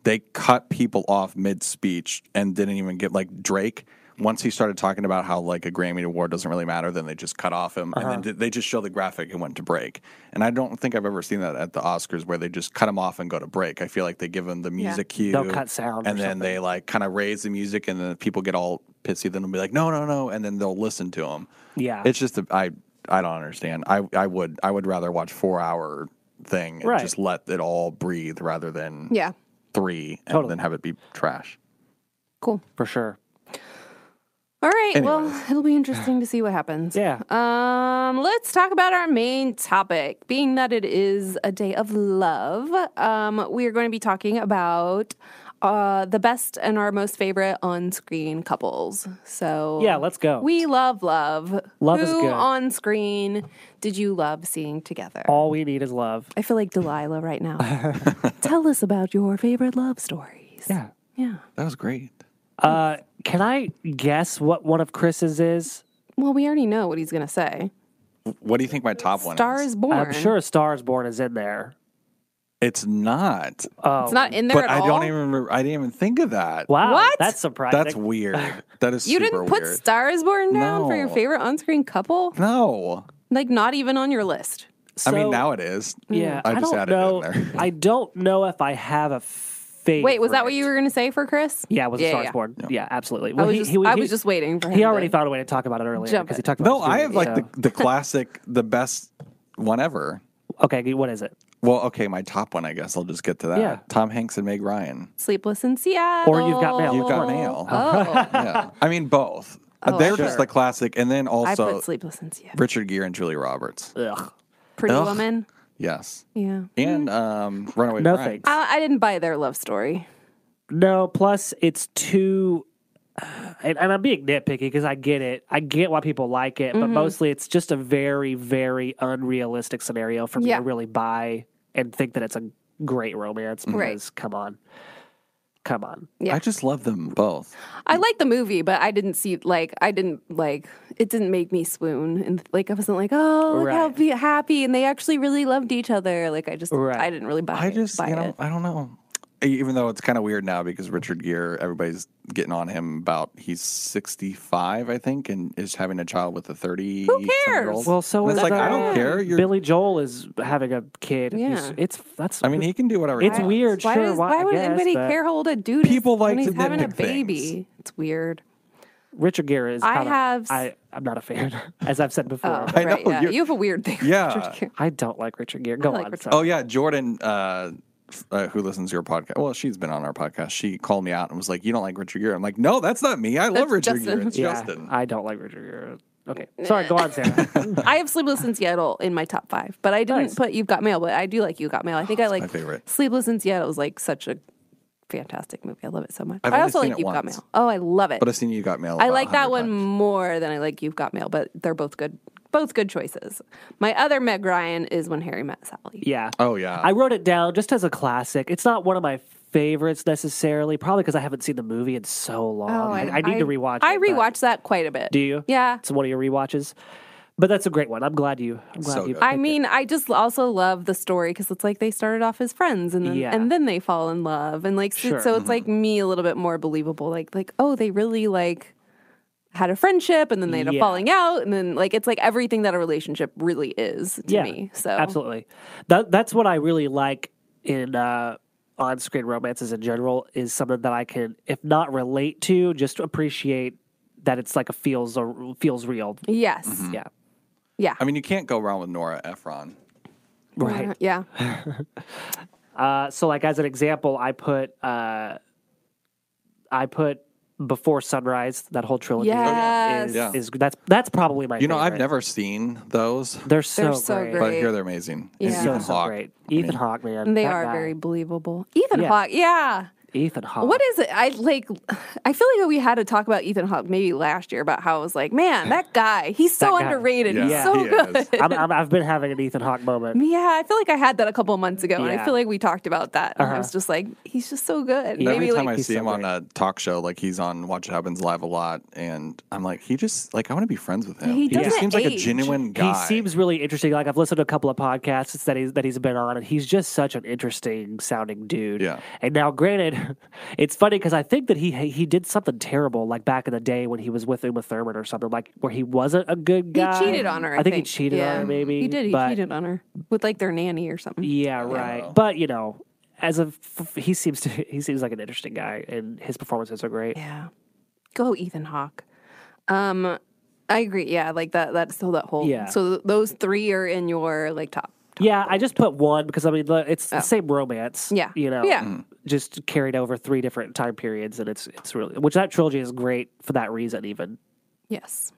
[SPEAKER 2] They cut people off mid speech and didn't even get like Drake. Once he started talking about how like a Grammy award doesn't really matter, then they just cut off him,
[SPEAKER 1] Uh-huh.
[SPEAKER 2] and then they just show the graphic and went to break. And I don't think I've ever seen that at the Oscars where they just cut him off and go to break. I feel like they give him the music cue,
[SPEAKER 1] They'll cut sound or
[SPEAKER 2] and then they like kind of raise the music, and then people get all pissy. Then they'll be like, "No, no, no," and then they'll listen to him.
[SPEAKER 1] yeah.
[SPEAKER 2] It's just a, I I don't understand. I I would I would rather watch four hour thing and
[SPEAKER 1] Right.
[SPEAKER 2] just let it all breathe rather than
[SPEAKER 3] Yeah.
[SPEAKER 2] three and
[SPEAKER 1] Totally.
[SPEAKER 2] then have it be trash.
[SPEAKER 3] Cool.
[SPEAKER 1] for sure.
[SPEAKER 3] All right. Well,
[SPEAKER 2] Anyways.
[SPEAKER 3] it'll be interesting to see what happens.
[SPEAKER 1] Yeah.
[SPEAKER 3] Um, let's talk about our main topic, being that it is a day of love. Um, we are going to be talking about uh, the best and our most favorite on-screen couples. So
[SPEAKER 1] Yeah, let's go.
[SPEAKER 3] We love love.
[SPEAKER 1] Love
[SPEAKER 3] Who
[SPEAKER 1] is good.
[SPEAKER 3] on screen did you love seeing together?
[SPEAKER 1] All we need is love.
[SPEAKER 3] I feel like Delilah right now. Tell us about your favorite love stories.
[SPEAKER 1] Yeah.
[SPEAKER 3] Yeah.
[SPEAKER 2] That was great.
[SPEAKER 1] Uh, can I guess what one of Chris's is?
[SPEAKER 3] Well, we already know what he's going to say.
[SPEAKER 2] What do you think my top one
[SPEAKER 3] Star
[SPEAKER 2] is?
[SPEAKER 3] is born.
[SPEAKER 1] I'm sure Stars Born is in there.
[SPEAKER 2] It's not.
[SPEAKER 1] Oh,
[SPEAKER 3] It's not in there
[SPEAKER 2] But
[SPEAKER 3] at
[SPEAKER 2] I
[SPEAKER 3] all.
[SPEAKER 2] don't even remember, I didn't even think of that.
[SPEAKER 1] wow.
[SPEAKER 3] What?
[SPEAKER 1] That's surprising.
[SPEAKER 2] That's weird. That is
[SPEAKER 3] You
[SPEAKER 2] super
[SPEAKER 3] didn't put
[SPEAKER 2] weird.
[SPEAKER 3] Star is Born down for your
[SPEAKER 2] No.
[SPEAKER 3] favorite on screen couple?
[SPEAKER 2] no.
[SPEAKER 3] Like, not even on your list.
[SPEAKER 2] I mean
[SPEAKER 1] So-
[SPEAKER 2] now it is.
[SPEAKER 3] Mm.
[SPEAKER 1] Yeah,
[SPEAKER 2] I
[SPEAKER 1] I,
[SPEAKER 2] just
[SPEAKER 1] don't
[SPEAKER 2] added it in
[SPEAKER 1] know.
[SPEAKER 2] there.
[SPEAKER 1] I don't know if I have a favorite.
[SPEAKER 3] Wait, was that what you were going to say for Chris?
[SPEAKER 1] Yeah, it was
[SPEAKER 3] Yeah,
[SPEAKER 1] a Star is
[SPEAKER 3] yeah.
[SPEAKER 1] Born. Yeah, absolutely.
[SPEAKER 3] I
[SPEAKER 1] Well,
[SPEAKER 3] was,
[SPEAKER 1] he,
[SPEAKER 3] just,
[SPEAKER 1] he-
[SPEAKER 3] I
[SPEAKER 1] he-
[SPEAKER 3] was just waiting for him.
[SPEAKER 1] He already
[SPEAKER 3] to-
[SPEAKER 1] found a way to talk about it earlier
[SPEAKER 3] Jump
[SPEAKER 1] because he
[SPEAKER 3] it.
[SPEAKER 1] talked about.
[SPEAKER 2] No,
[SPEAKER 1] it
[SPEAKER 2] I have like
[SPEAKER 1] so-
[SPEAKER 2] the, the classic the best one ever.
[SPEAKER 1] Okay, what is it?
[SPEAKER 2] Well, okay, my top one, I guess I'll just get to that.
[SPEAKER 1] Yeah.
[SPEAKER 2] Tom Hanks and Meg Ryan.
[SPEAKER 3] Sleepless in Seattle.
[SPEAKER 1] You've Got Mail.
[SPEAKER 2] You've Got Mail.
[SPEAKER 3] Oh,
[SPEAKER 2] Yeah. I mean both.
[SPEAKER 3] Oh,
[SPEAKER 2] They're
[SPEAKER 3] sure.
[SPEAKER 2] just the classic. And then
[SPEAKER 3] I
[SPEAKER 2] also
[SPEAKER 3] put Sleepless in Seattle.
[SPEAKER 2] Richard Gere and Julie Roberts.
[SPEAKER 1] Ugh.
[SPEAKER 3] Pretty
[SPEAKER 2] Ugh.
[SPEAKER 3] Woman.
[SPEAKER 2] Yes.
[SPEAKER 3] Yeah.
[SPEAKER 2] And um Runaway
[SPEAKER 1] No
[SPEAKER 2] Bride.
[SPEAKER 1] thanks.
[SPEAKER 3] I, I didn't buy their love story.
[SPEAKER 1] No, plus it's too. And, and I'm being nitpicky because I get it. I get why people like it, but
[SPEAKER 3] Mm-hmm.
[SPEAKER 1] mostly it's just a very, very unrealistic scenario for me
[SPEAKER 3] Yeah.
[SPEAKER 1] to really buy and think that it's a great romance. Because
[SPEAKER 3] Right.
[SPEAKER 1] come on, come on.
[SPEAKER 3] Yeah.
[SPEAKER 2] I just love them both.
[SPEAKER 3] I like the movie, but I didn't see like I didn't like it didn't make me swoon and like I wasn't like oh look how
[SPEAKER 1] Right.
[SPEAKER 3] be happy and they actually really loved each other like I just
[SPEAKER 1] Right.
[SPEAKER 3] I didn't really buy
[SPEAKER 2] I
[SPEAKER 3] it-
[SPEAKER 2] just
[SPEAKER 3] buy
[SPEAKER 2] you know,
[SPEAKER 3] it.
[SPEAKER 2] I don't know. E, Even though it's kind of weird now because Richard Gere, everybody's getting on him about he's sixty five, I think, and is having a child with a thirty. Who
[SPEAKER 3] cares?
[SPEAKER 1] Well, so
[SPEAKER 2] it's
[SPEAKER 1] is,
[SPEAKER 2] like I
[SPEAKER 1] uh,
[SPEAKER 2] don't care. You're,
[SPEAKER 1] Billy Joel is having a kid. and he's-
[SPEAKER 3] Yeah.
[SPEAKER 1] it's that's.
[SPEAKER 2] I mean, he can do whatever. he
[SPEAKER 1] It's
[SPEAKER 2] wants.
[SPEAKER 1] weird,
[SPEAKER 3] why,
[SPEAKER 1] sure.
[SPEAKER 3] does,
[SPEAKER 1] why,
[SPEAKER 3] why
[SPEAKER 1] I
[SPEAKER 3] would
[SPEAKER 1] guess,
[SPEAKER 3] anybody
[SPEAKER 1] but
[SPEAKER 3] care how old a dude is
[SPEAKER 2] People like
[SPEAKER 3] when he's
[SPEAKER 2] to
[SPEAKER 3] having a
[SPEAKER 2] nitpick
[SPEAKER 3] baby?
[SPEAKER 2] things.
[SPEAKER 3] It's weird.
[SPEAKER 1] Richard Gere is.
[SPEAKER 3] I
[SPEAKER 1] kinda-
[SPEAKER 3] have s-
[SPEAKER 1] I, I'm not a fan, as I've said before.
[SPEAKER 3] Oh,
[SPEAKER 2] I
[SPEAKER 3] right,
[SPEAKER 2] know,
[SPEAKER 3] yeah.
[SPEAKER 2] you-
[SPEAKER 3] you have a weird thing. with
[SPEAKER 2] Yeah.
[SPEAKER 3] Richard Gere.
[SPEAKER 1] I don't like Richard Gere. Go
[SPEAKER 3] like
[SPEAKER 1] on.
[SPEAKER 3] Richard
[SPEAKER 1] sorry.
[SPEAKER 2] Oh yeah, Jordan, uh, f- uh, who listens to your podcast? Well, she's been on our podcast. She called me out and was like, "You don't like Richard Gere?" I'm like, "No, that's not me. I love
[SPEAKER 3] That's
[SPEAKER 2] Richard Gere.
[SPEAKER 3] Justin.
[SPEAKER 2] It's
[SPEAKER 1] Yeah,
[SPEAKER 2] Justin."
[SPEAKER 1] I don't like Richard Gere. Okay, sorry. Go on, Sarah.
[SPEAKER 3] I have Sleepless in Seattle in my top five, but I didn't
[SPEAKER 1] Nice.
[SPEAKER 3] put You've Got Mail. But I do like You Got Mail. I think I like
[SPEAKER 2] Oh, my favorite.
[SPEAKER 3] Sleepless in Seattle is like such a fantastic movie. I love it so much.
[SPEAKER 2] I've
[SPEAKER 3] I
[SPEAKER 2] only
[SPEAKER 3] also
[SPEAKER 2] seen
[SPEAKER 3] like
[SPEAKER 2] it
[SPEAKER 3] You've Got
[SPEAKER 2] once.
[SPEAKER 3] Mail. Oh, I love it.
[SPEAKER 2] But I've seen you got mail.
[SPEAKER 3] I
[SPEAKER 2] about
[SPEAKER 3] like that
[SPEAKER 2] 100
[SPEAKER 3] one
[SPEAKER 2] times.
[SPEAKER 3] more than I like You've Got Mail, but they're both good. Both good choices. My other Meg Ryan is When Harry Met Sally.
[SPEAKER 1] Yeah.
[SPEAKER 2] Oh yeah,
[SPEAKER 1] I wrote it down just as a classic. It's not one of my favorites necessarily, probably because I haven't seen the movie in so long. Oh, I, I need to rewatch it.
[SPEAKER 3] Oh, I
[SPEAKER 1] but-
[SPEAKER 3] rewatch that quite a bit.
[SPEAKER 1] Do you?
[SPEAKER 3] Yeah.
[SPEAKER 1] It's one of your rewatches. But that's a great one. I'm glad you. I'm glad
[SPEAKER 2] So
[SPEAKER 1] you.
[SPEAKER 2] good.
[SPEAKER 3] I mean, I just also love the story because it's like they started off as friends and then
[SPEAKER 1] Yeah.
[SPEAKER 3] and then they fall in love and like so,
[SPEAKER 1] Sure. Mm-hmm.
[SPEAKER 3] so it's like me a little bit more believable. Like like oh they really like had a friendship and then they had a
[SPEAKER 1] Yeah.
[SPEAKER 3] falling out and then like it's like everything that a relationship really is to
[SPEAKER 1] yeah,
[SPEAKER 3] me. So
[SPEAKER 1] absolutely. That that's what I really like in uh, on-screen romances in general is something that I can, if not relate to, just appreciate that it's like a feels a feels real.
[SPEAKER 3] yes,
[SPEAKER 2] Mm-hmm.
[SPEAKER 1] Yeah.
[SPEAKER 3] yeah,
[SPEAKER 2] I mean, you can't go wrong with Nora Ephron.
[SPEAKER 1] Right.
[SPEAKER 3] yeah.
[SPEAKER 1] Uh, so like as an example, I put uh, I put before sunrise that whole trilogy
[SPEAKER 3] Yes.
[SPEAKER 1] is,
[SPEAKER 2] Oh, Yeah.
[SPEAKER 1] is that's that's probably my
[SPEAKER 2] You know, I've
[SPEAKER 1] favorite.
[SPEAKER 2] never seen those,
[SPEAKER 1] they're so
[SPEAKER 3] They're so
[SPEAKER 1] great,
[SPEAKER 3] great.
[SPEAKER 2] but here they're amazing. And
[SPEAKER 3] Yeah.
[SPEAKER 1] so
[SPEAKER 2] Ethan
[SPEAKER 1] so
[SPEAKER 2] Hawke.
[SPEAKER 1] great.
[SPEAKER 2] I mean,
[SPEAKER 1] Ethan Hawke, man,
[SPEAKER 3] And they
[SPEAKER 1] that
[SPEAKER 3] are
[SPEAKER 1] guy.
[SPEAKER 3] very believable. Ethan
[SPEAKER 1] Yeah.
[SPEAKER 3] Hawke, yeah.
[SPEAKER 1] Ethan Hawke.
[SPEAKER 3] What is it? I like. I feel like we had to talk about Ethan Hawke maybe last year about how I was like, man, that guy, he's so
[SPEAKER 1] guy.
[SPEAKER 3] underrated.
[SPEAKER 2] Yeah.
[SPEAKER 3] He's
[SPEAKER 1] Yeah.
[SPEAKER 3] so
[SPEAKER 2] He
[SPEAKER 3] good.
[SPEAKER 2] is.
[SPEAKER 1] I'm, I'm, I've been having an Ethan Hawke moment.
[SPEAKER 3] Yeah, I feel like I had that a couple months ago, and I
[SPEAKER 1] Yeah. Uh-huh.
[SPEAKER 3] feel like we talked about that. And I was just like, he's just so good.
[SPEAKER 2] Every
[SPEAKER 3] Maybe
[SPEAKER 2] time
[SPEAKER 3] like,
[SPEAKER 2] I
[SPEAKER 1] he's
[SPEAKER 2] see
[SPEAKER 1] so
[SPEAKER 2] him on a talk show, like he's on Watch It Happens Live a lot, and I'm like, he just like I want to be friends with him.
[SPEAKER 3] He
[SPEAKER 2] just
[SPEAKER 3] doesn't
[SPEAKER 2] seems like a
[SPEAKER 3] age.
[SPEAKER 2] genuine guy.
[SPEAKER 1] He seems really interesting. Like I've listened to a couple of podcasts that he's that he's been on, and he's just such an interesting sounding dude.
[SPEAKER 2] Yeah.
[SPEAKER 1] And now, granted, it's funny because I think that he he did something terrible, like back in the day when he was with Uma Thurman or something, like where he wasn't a good
[SPEAKER 3] he
[SPEAKER 1] guy.
[SPEAKER 3] cheated on her. I,
[SPEAKER 1] I think he cheated on her, maybe,
[SPEAKER 3] he did. He
[SPEAKER 1] but-
[SPEAKER 3] cheated on her with like their nanny or something.
[SPEAKER 1] Yeah, right. But you know, as a f- he seems to he seems like an interesting guy, and his performances are great.
[SPEAKER 3] Yeah. Go Ethan Hawke. Um, I agree. Yeah, like that. That's so that whole.
[SPEAKER 1] Yeah.
[SPEAKER 3] So th- those three are in your like top.
[SPEAKER 1] Yeah, I just put one because I mean look, it's the same romance.
[SPEAKER 3] Oh. Yeah.
[SPEAKER 1] you know,
[SPEAKER 3] Yeah. Mm.
[SPEAKER 1] just carried over three different time periods, and it's it's really which that trilogy is great for that reason. Even
[SPEAKER 3] Yes.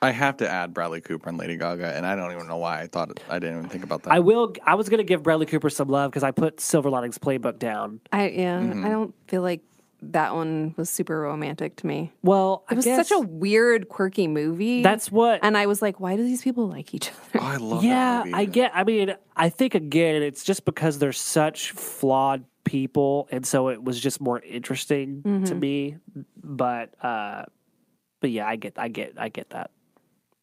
[SPEAKER 2] I have to add Bradley Cooper and Lady Gaga, and I don't even know why I thought I didn't even think about that.
[SPEAKER 1] I will. I was gonna give Bradley Cooper some love because I put Silver Linings Playbook down.
[SPEAKER 3] I yeah.
[SPEAKER 1] Mm-hmm.
[SPEAKER 3] I don't feel like that one was super romantic to me.
[SPEAKER 1] Well,
[SPEAKER 3] It was such a weird, quirky movie.
[SPEAKER 1] that's what.
[SPEAKER 3] and I was like, why do these people like each other?
[SPEAKER 2] oh, I love
[SPEAKER 1] yeah,
[SPEAKER 2] that movie.
[SPEAKER 1] I get. I mean, I think again, it's just because they're such flawed people, and so it was just more interesting
[SPEAKER 3] Mm-hmm.
[SPEAKER 1] to me. But, uh but yeah, I get, I get, I get that.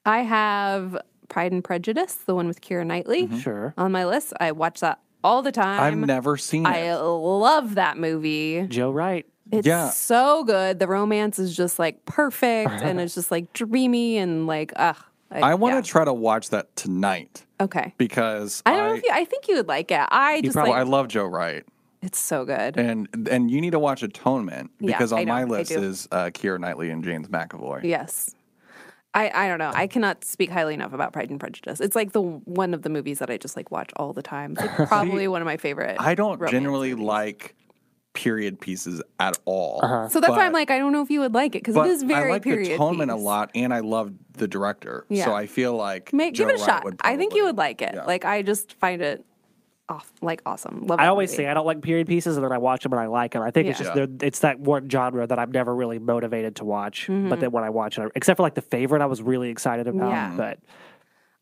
[SPEAKER 3] I have Pride and Prejudice, the one with Keira Knightley,
[SPEAKER 1] Sure,
[SPEAKER 3] on my list. I watch that all the
[SPEAKER 2] Mm-hmm. I've
[SPEAKER 3] time.
[SPEAKER 2] never seen it.
[SPEAKER 3] I love that movie.
[SPEAKER 1] Joe Wright.
[SPEAKER 3] It's
[SPEAKER 2] Yeah. Oh,
[SPEAKER 3] so good. The romance is just like perfect and it's just like dreamy and like ugh.
[SPEAKER 2] I want to try to watch that tonight
[SPEAKER 3] to Okay.
[SPEAKER 2] because
[SPEAKER 3] I don't know if you I think you would like it. I just
[SPEAKER 2] probably,
[SPEAKER 3] like
[SPEAKER 2] I love Joe Wright,
[SPEAKER 3] it's so good.
[SPEAKER 2] and and you need to watch Atonement
[SPEAKER 3] Yeah,
[SPEAKER 2] because
[SPEAKER 3] I
[SPEAKER 2] on
[SPEAKER 3] know,
[SPEAKER 2] my
[SPEAKER 3] I
[SPEAKER 2] list
[SPEAKER 3] do.
[SPEAKER 2] is uh, Keira Knightley and James McAvoy.
[SPEAKER 3] Yes. I, I don't know. I cannot speak highly enough about Pride and Prejudice. It's like the one of the movies that I just like watch all the time. It's like, probably one of my favorite.
[SPEAKER 2] I don't
[SPEAKER 3] romance
[SPEAKER 2] generally
[SPEAKER 3] movies.
[SPEAKER 2] like period pieces at all.
[SPEAKER 3] So that's why I'm
[SPEAKER 2] but-
[SPEAKER 3] like I don't know if you would like it because
[SPEAKER 2] But
[SPEAKER 3] it is very
[SPEAKER 2] I like
[SPEAKER 3] period.
[SPEAKER 2] Atonement a
[SPEAKER 3] piece.
[SPEAKER 2] lot, and I love the director.
[SPEAKER 3] Yeah.
[SPEAKER 2] So I feel like
[SPEAKER 3] May,
[SPEAKER 2] Joe
[SPEAKER 3] give it a
[SPEAKER 2] Wright
[SPEAKER 3] shot.
[SPEAKER 2] would
[SPEAKER 3] I think you
[SPEAKER 2] probably-
[SPEAKER 3] would like it.
[SPEAKER 2] yeah.
[SPEAKER 3] Like I just find it off like awesome. Love
[SPEAKER 1] I
[SPEAKER 3] that
[SPEAKER 1] always
[SPEAKER 3] movie.
[SPEAKER 1] say I don't like period pieces, and then I watch them and I like them. I think it's
[SPEAKER 3] Yeah.
[SPEAKER 1] just they're- it's that one genre that I'm never really motivated to watch. But then when I watch it, I- except for like the favorite, I was really excited about.
[SPEAKER 3] Mm-hmm. Yeah.
[SPEAKER 1] But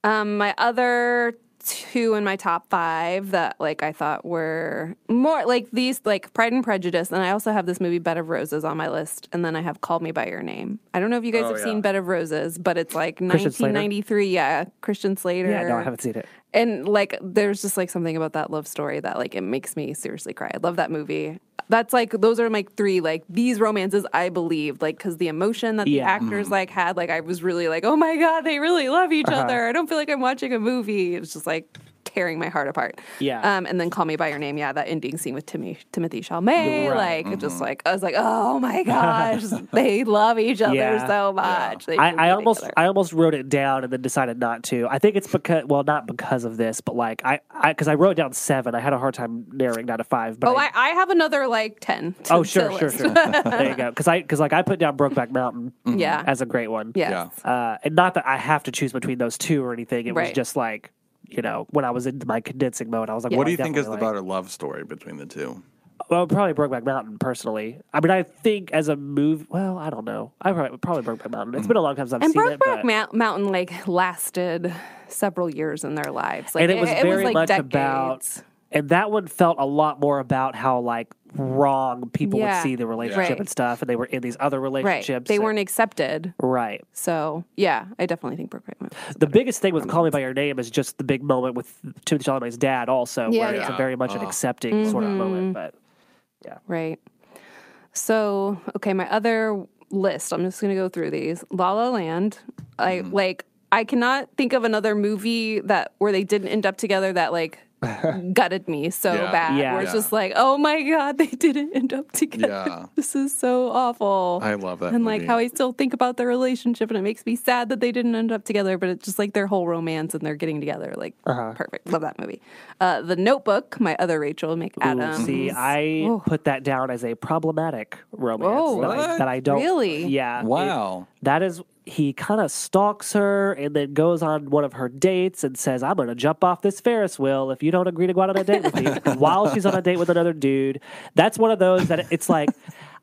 [SPEAKER 3] Um, my other two in my top five that like I thought were more like these like Pride and Prejudice, and I also have this movie Bed of Roses on my list, and then I have Call Me by Your Name. I don't know if you guys
[SPEAKER 2] Oh,
[SPEAKER 3] have
[SPEAKER 2] yeah.
[SPEAKER 3] seen Bed of Roses, but it's like
[SPEAKER 1] Christian Slater?
[SPEAKER 3] 1993. Yeah, Christian Slater.
[SPEAKER 1] yeah, no, I haven't seen it.
[SPEAKER 3] And like, there's just like something about that love story that like it makes me seriously cry. I love that movie. That's like those are like three like these romances I believe like because the emotion that the
[SPEAKER 1] Yeah. Mm-hmm.
[SPEAKER 3] actors like had like I was really like oh my god they really love each
[SPEAKER 1] Uh-huh.
[SPEAKER 3] other. I don't feel like I'm watching a movie. It was just like tearing my heart apart.
[SPEAKER 1] Yeah.
[SPEAKER 3] Um, and then Call Me by Your Name. Yeah, that ending scene with Timmy Timothy Chalamet.
[SPEAKER 1] Right. Mm-hmm.
[SPEAKER 3] Like it just like I was like oh my gosh they love each other
[SPEAKER 1] Yeah.
[SPEAKER 3] so much. They can
[SPEAKER 1] I, I
[SPEAKER 3] love each
[SPEAKER 1] almost
[SPEAKER 3] other.
[SPEAKER 1] I almost wrote it down and then decided not to. I think it's because well, not because of this, but like I because I, wrote down seven. I had a hard time narrowing down to five. But
[SPEAKER 3] Oh, I, I have another like ten. to-
[SPEAKER 1] oh
[SPEAKER 3] to
[SPEAKER 1] sure sure
[SPEAKER 3] list.
[SPEAKER 1] sure. there you go. Because I because like I put down Brokeback Mountain
[SPEAKER 3] Yeah.
[SPEAKER 1] as a great one.
[SPEAKER 3] Yes.
[SPEAKER 2] Mm-hmm. Yeah.
[SPEAKER 1] Uh, and not that I have to choose between those two or anything. It was
[SPEAKER 3] Right.
[SPEAKER 1] just like you know when I was in my condensing mode, I was like,
[SPEAKER 2] What
[SPEAKER 1] well,
[SPEAKER 2] do
[SPEAKER 1] I
[SPEAKER 2] you think is the
[SPEAKER 1] definitely like-
[SPEAKER 2] better love story between the two?
[SPEAKER 1] Well, probably Brokeback Mountain personally. I mean, I think as a movie, well, I don't know. I probably probably Brokeback Mountain. It's been a long time since I've
[SPEAKER 3] And
[SPEAKER 1] seen it.
[SPEAKER 3] Brokeback
[SPEAKER 1] but-
[SPEAKER 3] Mount Mountain like lasted several years in their lives. Like
[SPEAKER 1] and it was very
[SPEAKER 3] like
[SPEAKER 1] much
[SPEAKER 3] decades.
[SPEAKER 1] about and that one felt a lot more about how like wrong people
[SPEAKER 3] Yeah.
[SPEAKER 1] would see the relationship
[SPEAKER 3] Right.
[SPEAKER 1] and stuff and they were in these other relationships
[SPEAKER 3] right. They
[SPEAKER 1] and-
[SPEAKER 3] weren't accepted.
[SPEAKER 1] right
[SPEAKER 3] So yeah, I definitely think Brokeback Mountain.
[SPEAKER 1] the biggest thing with call me by your name is just the big moment with timothy chalamet's dad also
[SPEAKER 3] Yeah, Mm-hmm.
[SPEAKER 1] where it's
[SPEAKER 2] yeah.
[SPEAKER 1] a very much an accepting sort of moment but
[SPEAKER 3] Right. So okay, my other list. I'm just gonna go through these. La La Land. I
[SPEAKER 2] Mm-hmm.
[SPEAKER 3] like. I cannot think of another movie that where they didn't end up together that like gutted me so
[SPEAKER 2] Yeah.
[SPEAKER 3] bad.
[SPEAKER 1] Yeah.
[SPEAKER 3] Where it's
[SPEAKER 2] Yeah.
[SPEAKER 3] just like, oh my god, they didn't end up together.
[SPEAKER 2] Yeah.
[SPEAKER 3] This is so awful.
[SPEAKER 2] I love that.
[SPEAKER 3] and
[SPEAKER 2] movie.
[SPEAKER 3] like how I still think about their relationship, and it makes me sad that they didn't end up together. But it's just like their whole romance and they're getting together, like
[SPEAKER 1] Uh-huh.
[SPEAKER 3] perfect. Love that movie. Uh, the Notebook, my other Rachel
[SPEAKER 1] Ooh,
[SPEAKER 3] McAdams.
[SPEAKER 1] see i
[SPEAKER 3] Oh.
[SPEAKER 1] put that down as a problematic romance
[SPEAKER 3] Whoa.
[SPEAKER 1] that, I,
[SPEAKER 2] What?
[SPEAKER 1] that I don't
[SPEAKER 3] Really?
[SPEAKER 1] yeah It-
[SPEAKER 2] wow.
[SPEAKER 1] That is, he kind of stalks her and then goes on one of her dates and says, I'm going to jump off this Ferris wheel if you don't agree to go out on a date with me while she's on a date with another dude. That's one of those that it's like,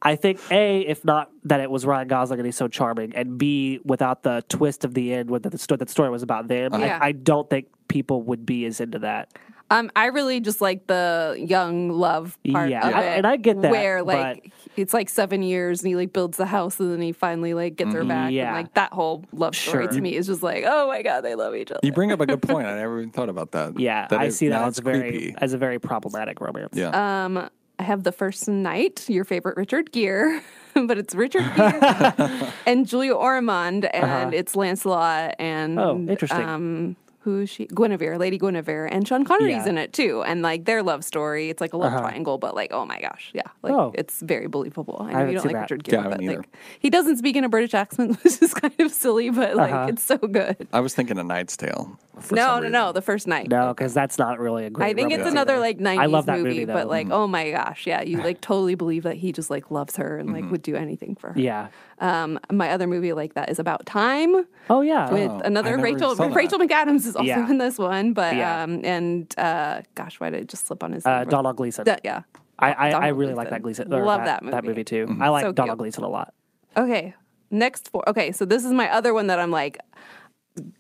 [SPEAKER 1] I think, A, if not that it was Ryan Gosling and he's so charming, and B, without the twist of the end, where the, sto- that story was about them,
[SPEAKER 3] Yeah.
[SPEAKER 1] I, I don't think people would be as into that.
[SPEAKER 3] Um, I really just like the young love part
[SPEAKER 1] Yeah.
[SPEAKER 3] of it,
[SPEAKER 1] I- and I get that,
[SPEAKER 3] Where like it's like seven years, and he like builds the house, and then he finally like gets her back.
[SPEAKER 1] Mm-hmm, Yeah.
[SPEAKER 3] And, like that whole love story
[SPEAKER 1] Sure.
[SPEAKER 3] to me is just like, oh my god, they love each other.
[SPEAKER 2] You bring up a good point. I never even thought about that.
[SPEAKER 1] Yeah, I
[SPEAKER 2] is-
[SPEAKER 1] see that
[SPEAKER 2] now
[SPEAKER 1] as
[SPEAKER 2] it's
[SPEAKER 1] very uh,
[SPEAKER 2] creepy.
[SPEAKER 1] as a very problematic romance.
[SPEAKER 2] Yeah.
[SPEAKER 3] Um, I have the first night, your favorite Richard Gere, but it's Richard Gere and Julia Ormond, and it's Lancelot and
[SPEAKER 1] Oh, Uh-huh. interesting.
[SPEAKER 3] Mm, um, who's she? Guinevere, Lady Guinevere, and Sean Connery's
[SPEAKER 1] Yeah.
[SPEAKER 3] in it too. And like their love story, it's like a love
[SPEAKER 1] Uh-huh.
[SPEAKER 3] triangle, but like, oh my gosh, yeah, like
[SPEAKER 1] Oh.
[SPEAKER 3] it's very believable. I know
[SPEAKER 1] haven't
[SPEAKER 3] you don't
[SPEAKER 1] seen
[SPEAKER 3] like
[SPEAKER 1] that.
[SPEAKER 3] Richard
[SPEAKER 2] Yeah, I
[SPEAKER 3] Gere, but
[SPEAKER 2] haven't either.
[SPEAKER 3] like he doesn't speak in a British accent, which is kind of silly, but like
[SPEAKER 1] Uh-huh.
[SPEAKER 3] it's so good.
[SPEAKER 2] I was thinking a Knight's Tale. for
[SPEAKER 3] No,
[SPEAKER 2] some
[SPEAKER 3] no,
[SPEAKER 2] reason.
[SPEAKER 3] no, the first night.
[SPEAKER 1] No, because that's not really a great.
[SPEAKER 3] I think it's
[SPEAKER 1] romance
[SPEAKER 3] another
[SPEAKER 1] either.
[SPEAKER 3] like '90s
[SPEAKER 1] I love that
[SPEAKER 3] movie,
[SPEAKER 1] movie,
[SPEAKER 3] but
[SPEAKER 1] though.
[SPEAKER 2] Mm-hmm.
[SPEAKER 3] like, oh my gosh, yeah, you like totally believe that he just like loves her and like
[SPEAKER 2] Mm-hmm.
[SPEAKER 3] would do anything for her.
[SPEAKER 1] yeah.
[SPEAKER 3] Um, my other movie like that is about time.
[SPEAKER 1] Oh yeah.
[SPEAKER 3] with
[SPEAKER 2] Oh, I
[SPEAKER 3] another
[SPEAKER 2] never
[SPEAKER 3] Rachel.
[SPEAKER 2] saw that.
[SPEAKER 3] Rachel McAdams is also
[SPEAKER 1] Yeah.
[SPEAKER 3] in this one, but
[SPEAKER 1] Yeah.
[SPEAKER 3] um, and uh, gosh, why did it just slip on his
[SPEAKER 1] uh,
[SPEAKER 3] name?
[SPEAKER 1] Donald Gleason.
[SPEAKER 3] Da- yeah.
[SPEAKER 1] I I, I
[SPEAKER 3] Donald
[SPEAKER 1] really like that
[SPEAKER 3] Gleason.
[SPEAKER 1] Gleason. or
[SPEAKER 3] Love
[SPEAKER 1] that,
[SPEAKER 3] that movie.
[SPEAKER 1] movie too. I like
[SPEAKER 3] So cute.
[SPEAKER 1] Donald Gleason a lot.
[SPEAKER 3] Okay. Next four. Okay, so this is my other one that I'm like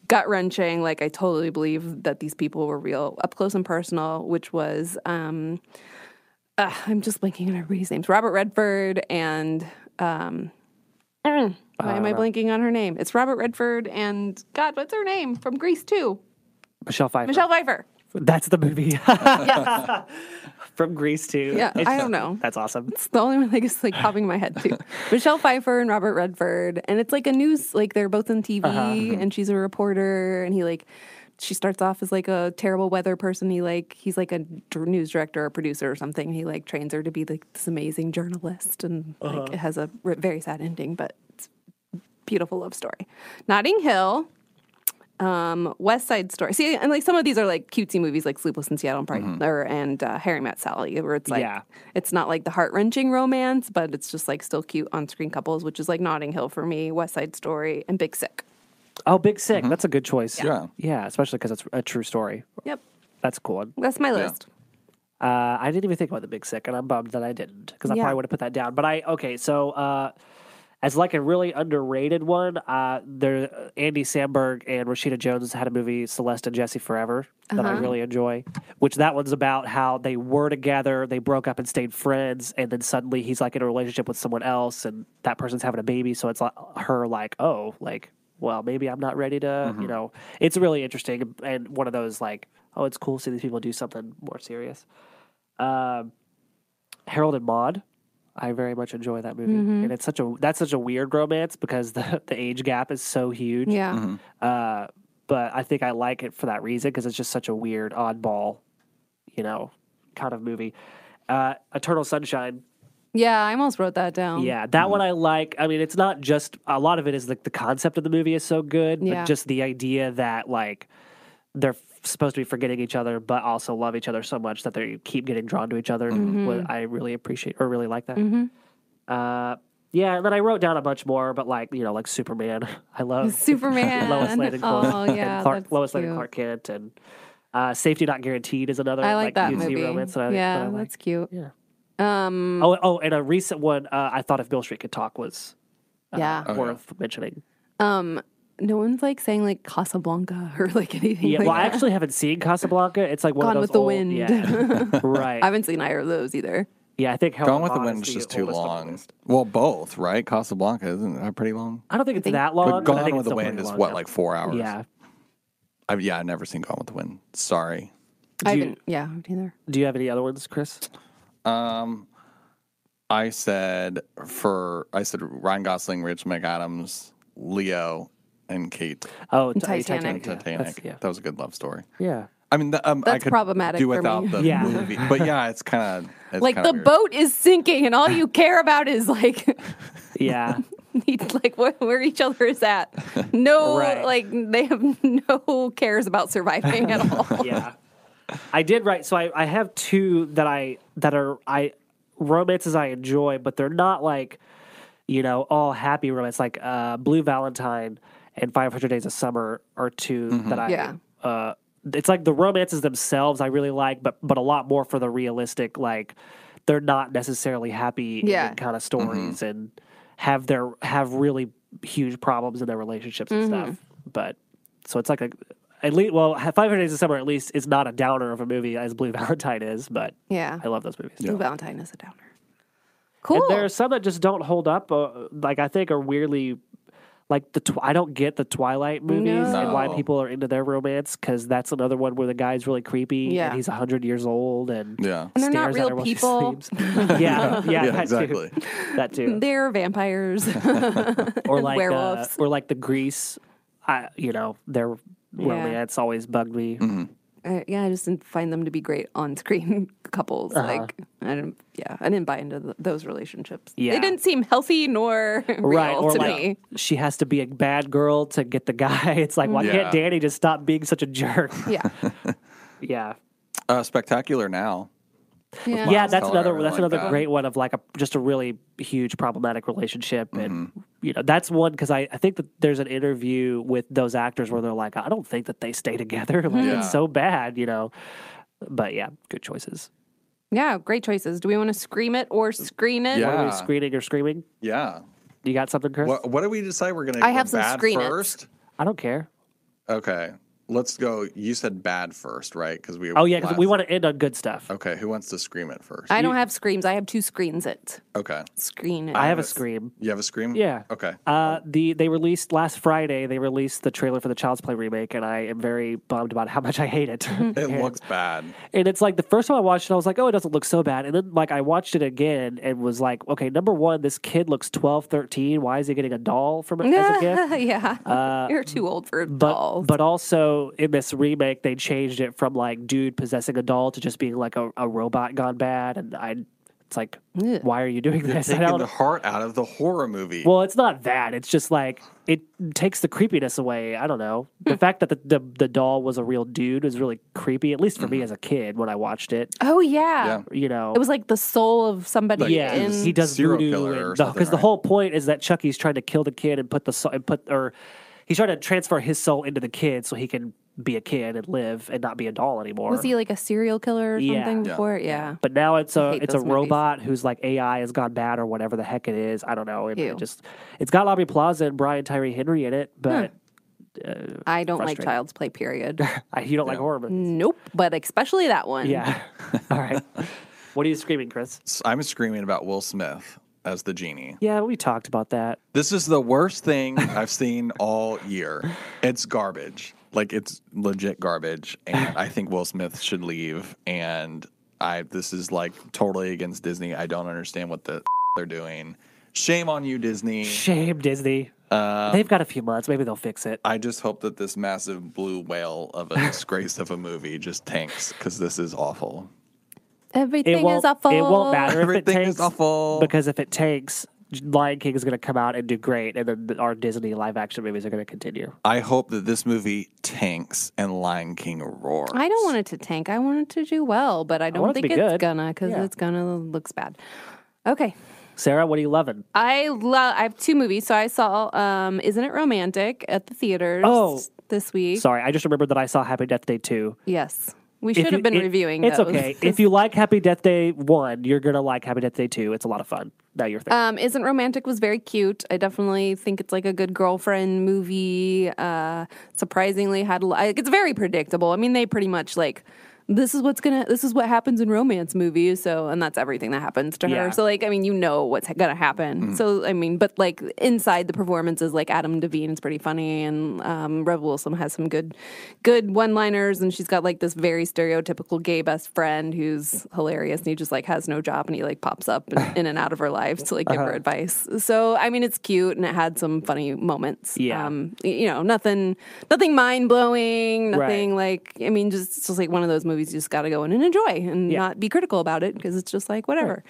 [SPEAKER 3] gut wrenching. Like I totally believe that these people were real, up close and personal, which was um, uh, I'm just blanking on everybody's names. Robert Redford and um. mm, Why am I blanking on her name? It's Robert Redford and God, what's her name from Greece too?
[SPEAKER 1] Michelle Pfeiffer.
[SPEAKER 3] Michelle Pfeiffer.
[SPEAKER 1] That's the movie. From Greece too.
[SPEAKER 3] Yeah, I don't know.
[SPEAKER 1] That's awesome.
[SPEAKER 3] It's the only one that is like popping in my head too. Michelle Pfeiffer and Robert Redford, and it's like a news like they're both on TV, and she's a reporter, and he like she starts off as like a terrible weather person. He like he's like a d- news director or producer or something. and He like trains her to be like this amazing journalist, and like it has a r- very sad ending, but it's a beautiful love story. Notting Hill. Um, West Side Story. See, and like some of these are like cutesy movies, like Sleepless in Seattle, and, Pride, or, and uh, Harry Met Sally, where it's like
[SPEAKER 1] Mm-hmm. Yeah.
[SPEAKER 3] it's not like the heart wrenching romance, but it's just like still cute on screen couples, which is like Notting Hill for me, West Side Story, and Big Sick.
[SPEAKER 1] Oh, Big Sick. That's a good choice.
[SPEAKER 2] Yeah.
[SPEAKER 1] Yeah, especially because it's a true story.
[SPEAKER 3] Yep,
[SPEAKER 1] That's a cool. one.
[SPEAKER 3] that's my list.
[SPEAKER 1] Uh, I didn't even think about the Big Sick, and I'm bummed that I didn't because I
[SPEAKER 3] Yeah.
[SPEAKER 1] probably would have put that down. But I okay, so uh, as like a really underrated one, uh, there Andy Samberg and Rashida Jones had a movie Celeste and Jesse Forever that I really enjoy. Which that one's about how they were together, they broke up and stayed friends, and then suddenly he's like in a relationship with someone else, and that person's having a baby. So it's like her like oh like well maybe I'm not ready to you know it's really interesting and one of those like oh it's cool to see these people do something more serious. Harold and Maude. I very much enjoy that movie, and it's such a that's such a weird romance because the the age gap is so huge.
[SPEAKER 3] Yeah,
[SPEAKER 1] Uh, but I think I like it for that reason because it's just such a weird, oddball, you know, kind of movie. Uh, Eternal Sunshine.
[SPEAKER 3] yeah, I almost wrote that down.
[SPEAKER 1] Yeah, that one I like. I mean, it's not just a lot of it is like the concept of the movie is so good, but
[SPEAKER 3] Yeah.
[SPEAKER 1] just the idea that like they're f- supposed to be forgetting each other, but also love each other so much that they keep getting drawn to each other.
[SPEAKER 3] Mm-hmm.
[SPEAKER 1] What I really appreciate or really like that. Uh, yeah, and then I wrote down a bunch more, but like you know, like Superman. I love
[SPEAKER 3] Superman.
[SPEAKER 1] Lois Lane and Clark,
[SPEAKER 3] oh yeah,
[SPEAKER 1] and Clark
[SPEAKER 3] that's
[SPEAKER 1] Lois Lane and
[SPEAKER 3] cute.
[SPEAKER 1] Clark Kent, and uh, Safety Not Guaranteed is another
[SPEAKER 3] I like, that
[SPEAKER 1] cutesy
[SPEAKER 3] movie.
[SPEAKER 1] romance that I, that
[SPEAKER 3] yeah,
[SPEAKER 1] I like.
[SPEAKER 3] that's cute.
[SPEAKER 1] Yeah.
[SPEAKER 3] Um,
[SPEAKER 1] Oh, oh, and a recent one. Uh, I thought if Bill Street could talk was
[SPEAKER 2] Oh,
[SPEAKER 3] yeah.
[SPEAKER 1] worth mentioning.
[SPEAKER 3] Um, no one's like saying like Casablanca or like anything.
[SPEAKER 1] Yeah,
[SPEAKER 3] like
[SPEAKER 1] well, I
[SPEAKER 3] that.
[SPEAKER 1] actually haven't seen Casablanca. It's like one
[SPEAKER 3] Gone
[SPEAKER 1] of
[SPEAKER 3] with
[SPEAKER 1] those
[SPEAKER 3] the
[SPEAKER 1] old-
[SPEAKER 3] Wind.
[SPEAKER 1] Yeah, right.
[SPEAKER 3] I haven't seen either of those either.
[SPEAKER 1] yeah, I think Harold
[SPEAKER 2] Gone with the
[SPEAKER 1] Maude
[SPEAKER 2] Wind is
[SPEAKER 1] the
[SPEAKER 2] just too
[SPEAKER 1] oldest on the
[SPEAKER 2] long.
[SPEAKER 1] list.
[SPEAKER 2] Well, both, right? Casablanca isn't that pretty long?
[SPEAKER 1] I don't think it's
[SPEAKER 3] think-
[SPEAKER 1] that long.
[SPEAKER 2] but
[SPEAKER 1] I
[SPEAKER 2] Gone
[SPEAKER 1] think it's
[SPEAKER 2] with the
[SPEAKER 1] still pretty
[SPEAKER 2] Wind is
[SPEAKER 1] long,
[SPEAKER 2] what,
[SPEAKER 1] yeah.
[SPEAKER 2] like four hours?
[SPEAKER 1] Yeah.
[SPEAKER 2] I've, yeah, I've never seen Gone with the Wind. Sorry.
[SPEAKER 3] I
[SPEAKER 1] Do you-
[SPEAKER 3] haven't. Yeah, I haven't either.
[SPEAKER 1] Do you have any other ones, Chris?
[SPEAKER 2] Um, I said for I said Ryan Gosling, Rich McAdams, Leo, and Kate
[SPEAKER 1] Oh, t-
[SPEAKER 2] in
[SPEAKER 3] Titanic. Yeah,
[SPEAKER 2] Titanic.
[SPEAKER 1] yeah.
[SPEAKER 2] That was a good love story.
[SPEAKER 1] Yeah.
[SPEAKER 2] I mean, the, um, I
[SPEAKER 3] That's
[SPEAKER 2] could
[SPEAKER 3] problematic
[SPEAKER 2] do
[SPEAKER 3] for me.
[SPEAKER 2] without the
[SPEAKER 1] Yeah.
[SPEAKER 2] movie, but yeah, it's kind of
[SPEAKER 3] Like the boat is sinking, and all you care about is like
[SPEAKER 1] Yeah.
[SPEAKER 3] need like where, where each other is at. No,
[SPEAKER 1] Right.
[SPEAKER 3] like they have no cares about surviving at all.
[SPEAKER 1] yeah. I did write so I, I have two that I that are I romances I enjoy, but they're not like, you know, all happy romance like uh Blue Valentine and Five Hundred Days of Summer are 2 that I
[SPEAKER 3] Yeah.
[SPEAKER 1] uh it's like the romances themselves I really like, but but a lot more for the realistic, like they're not necessarily happy
[SPEAKER 3] Yeah. Mm-hmm.
[SPEAKER 1] kind of stories and have their have really huge problems in their relationships and
[SPEAKER 3] Mm-hmm.
[SPEAKER 1] stuff. But so it's like a at least well, Five Hundred Days of Summer at least is not a downer of a movie as Blue Valentine is, but
[SPEAKER 3] Yeah.
[SPEAKER 1] I love those movies.
[SPEAKER 3] Blue Valentine is a downer. Cool.
[SPEAKER 1] And there are some that just don't hold up. Uh, like I think are weirdly, like the tw- I don't get the Twilight movies and why
[SPEAKER 2] No.
[SPEAKER 1] people are into their romance because that's another one where the guy's really creepy
[SPEAKER 3] Yeah.
[SPEAKER 1] and he's hundred years old and
[SPEAKER 2] Yeah.
[SPEAKER 3] And they're not
[SPEAKER 1] stares at
[SPEAKER 3] real
[SPEAKER 1] her while she
[SPEAKER 3] people.
[SPEAKER 1] sleeps. yeah, yeah,
[SPEAKER 2] Yeah,
[SPEAKER 1] that
[SPEAKER 2] exactly.
[SPEAKER 1] too. That too.
[SPEAKER 3] They're vampires.
[SPEAKER 1] Or like uh,
[SPEAKER 3] werewolves.
[SPEAKER 1] or like the Grease, I, you know, they're Well,
[SPEAKER 3] Yeah.
[SPEAKER 1] yeah, it's always bugged me.
[SPEAKER 2] Mm-hmm.
[SPEAKER 3] I, yeah, I just didn't find them to be great on-screen couples.
[SPEAKER 1] Uh-huh.
[SPEAKER 3] Like, I didn't. Yeah, I didn't buy into th those relationships.
[SPEAKER 1] Yeah.
[SPEAKER 3] they didn't seem healthy nor real
[SPEAKER 1] Right, or
[SPEAKER 3] to
[SPEAKER 1] like
[SPEAKER 3] me.
[SPEAKER 1] she has to be a bad girl to get the guy. It's like, why
[SPEAKER 2] Mm-hmm. Yeah.
[SPEAKER 1] can't Danny just stop being such a jerk?
[SPEAKER 3] Yeah,
[SPEAKER 1] yeah,
[SPEAKER 2] Uh, spectacular now.
[SPEAKER 3] yeah.
[SPEAKER 1] yeah, that's
[SPEAKER 2] Miles Teller, I
[SPEAKER 1] another
[SPEAKER 2] really
[SPEAKER 1] that's
[SPEAKER 2] like
[SPEAKER 1] another
[SPEAKER 2] that.
[SPEAKER 1] great one of like a just a really huge problematic relationship, and
[SPEAKER 2] Mm-hmm.
[SPEAKER 1] you know that's one because I, I think that there's an interview with those actors where they're like, I don't think that they stay together, like
[SPEAKER 2] Yeah.
[SPEAKER 1] it's so bad, you know. But yeah, good choices.
[SPEAKER 3] Yeah, great choices. Do we want to scream it or
[SPEAKER 1] Mm,
[SPEAKER 3] screen it?
[SPEAKER 2] Yeah.
[SPEAKER 1] Are we screening or screaming?
[SPEAKER 2] Yeah.
[SPEAKER 1] You got something, Chris?
[SPEAKER 2] What, what did we decide we're going to
[SPEAKER 3] I have some
[SPEAKER 2] bad
[SPEAKER 3] screen it.
[SPEAKER 2] first?
[SPEAKER 1] I don't care.
[SPEAKER 2] Okay. Let's go. You said bad first, right? Because we.
[SPEAKER 1] Oh yeah, 'cause
[SPEAKER 2] last-
[SPEAKER 1] we want to end on good stuff.
[SPEAKER 2] Okay. Who wants to scream it first?
[SPEAKER 3] I don't have screams. I have two screens. It
[SPEAKER 2] okay.
[SPEAKER 3] screen. It.
[SPEAKER 1] I have a scream.
[SPEAKER 2] You have a scream?
[SPEAKER 1] Yeah.
[SPEAKER 2] Okay.
[SPEAKER 1] Uh, the they released last Friday. They released the trailer for the Child's Play remake, and I am very bummed about how much I hate it.
[SPEAKER 3] Mm-hmm.
[SPEAKER 2] It looks bad.
[SPEAKER 1] And it's like the first time I watched it, I was like, oh, it doesn't look so bad. And then like I watched it again and was like, okay, number one, this kid looks 12, 13. Why is he getting a doll from it as a gift? Uh,
[SPEAKER 3] yeah, you're too old for
[SPEAKER 1] But
[SPEAKER 3] dolls.
[SPEAKER 1] but also in this remake, they changed it from like dude possessing a doll to just being like a, a robot gone bad. And I, it's like,
[SPEAKER 3] Ugh.
[SPEAKER 1] why are you doing this? I
[SPEAKER 2] Taking
[SPEAKER 1] don't-
[SPEAKER 2] the heart out of the horror movie.
[SPEAKER 1] well, it's not that. It's just like it takes the creepiness away. I don't know.
[SPEAKER 3] Hmm.
[SPEAKER 1] The fact that the, the the doll was a real dude was really creepy, at least for me as a kid when I watched it.
[SPEAKER 3] oh yeah.
[SPEAKER 2] Yeah.
[SPEAKER 1] You know,
[SPEAKER 3] Mm-hmm. it was like the soul of somebody.
[SPEAKER 2] Like,
[SPEAKER 1] yeah,
[SPEAKER 3] in,
[SPEAKER 2] was
[SPEAKER 1] he does
[SPEAKER 2] serial
[SPEAKER 1] voodoo
[SPEAKER 2] killer or
[SPEAKER 1] because the,
[SPEAKER 2] something,
[SPEAKER 1] 'cause the
[SPEAKER 2] right?
[SPEAKER 1] whole point is that Chucky's trying to kill the kid and put the soul and put or he's trying to transfer his soul into the kid so he can be a kid and live and not be a doll anymore.
[SPEAKER 3] was he like a serial killer or
[SPEAKER 1] Yeah.
[SPEAKER 3] something
[SPEAKER 2] Yeah.
[SPEAKER 3] before? Yeah.
[SPEAKER 1] but now it's a
[SPEAKER 3] hate
[SPEAKER 1] it's a
[SPEAKER 3] those movies.
[SPEAKER 1] robot who's like AI has gone bad or whatever the heck it is. I don't know. It, it
[SPEAKER 3] Ew.
[SPEAKER 1] just it's got Lobby Plaza and Brian Tyree Henry in it, but
[SPEAKER 3] I don't like
[SPEAKER 1] Frustrating.
[SPEAKER 3] Child's Play. Period.
[SPEAKER 1] I, you don't like horror movies.
[SPEAKER 3] nope. But especially that one.
[SPEAKER 1] Yeah. All right. What are you screaming, Chris?
[SPEAKER 2] S- I'm screaming about Will Smith as the genie.
[SPEAKER 1] Yeah, we talked about that.
[SPEAKER 2] This is the worst thing I've seen all year. It's garbage. Like it's legit garbage and I think Will Smith should leave and I this is like totally against Disney. I don't understand what the they're doing. Shame on you Disney.
[SPEAKER 1] Shame Disney.
[SPEAKER 2] Uh,
[SPEAKER 1] They've got a few months. Maybe they'll fix it.
[SPEAKER 2] I just hope that this massive blue whale of a disgrace of a movie just tanks cuz this is awful.
[SPEAKER 3] Everything
[SPEAKER 1] it won't,
[SPEAKER 3] is awful.
[SPEAKER 1] It won't matter if it
[SPEAKER 2] Everything
[SPEAKER 1] tanks.
[SPEAKER 2] is awful.
[SPEAKER 1] Because if it tanks, Lion King is going to come out and do great, and then our Disney live action movies are going to continue.
[SPEAKER 2] I hope that this movie tanks and Lion King roars.
[SPEAKER 3] I don't want it to tank. I want it to do well, but I don't
[SPEAKER 1] want it to
[SPEAKER 3] think
[SPEAKER 1] be
[SPEAKER 3] it's
[SPEAKER 1] good.
[SPEAKER 3] gonna because
[SPEAKER 1] Yeah.
[SPEAKER 3] it's gonna looks bad. Okay.
[SPEAKER 1] Sarah, what are you loving?
[SPEAKER 3] I love. I have two movies. So I saw um, "Isn't It Romantic" at the theaters
[SPEAKER 1] Oh.
[SPEAKER 3] this week.
[SPEAKER 1] Sorry, I just remembered that I saw Happy Death Day 2.
[SPEAKER 3] Yes, we
[SPEAKER 1] If
[SPEAKER 3] should
[SPEAKER 1] you-
[SPEAKER 3] have been
[SPEAKER 1] it-
[SPEAKER 3] reviewing.
[SPEAKER 1] It's
[SPEAKER 3] those.
[SPEAKER 1] okay. if you like Happy Death Day 1, you're going to like Happy Death Day 2. It's a lot of fun. Now you're thinking.
[SPEAKER 3] Um, Isn't Romantic was very cute. I definitely think it's like a good girlfriend movie. Uh, surprisingly, had a lot, it's very predictable. I mean, they pretty much like this is what's gonna this is what happens in romance movies. So, and that's everything that happens to
[SPEAKER 1] Yeah.
[SPEAKER 3] her. So, like, I mean, you know what's gonna happen. So, I mean, but like inside the performances, like Adam Devine is pretty funny, and um, Rev Wilson has some good good one liners, and she's got like this very stereotypical gay best friend who's hilarious, and he just like has no job, and he like pops up in, in and out of her life to like give her advice. So I mean, it's cute, and it had some funny moments.
[SPEAKER 1] Yeah.
[SPEAKER 3] um, y- you know, nothing nothing mind blowing, nothing like I mean, just it's just like one of those movies you just got to go in and enjoy and
[SPEAKER 1] Yeah.
[SPEAKER 3] not be critical about it because it's just like whatever.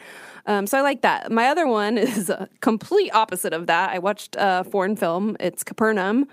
[SPEAKER 3] Um, so I like that. My other one is a complete opposite of that. I watched a foreign film. It's Capernaum,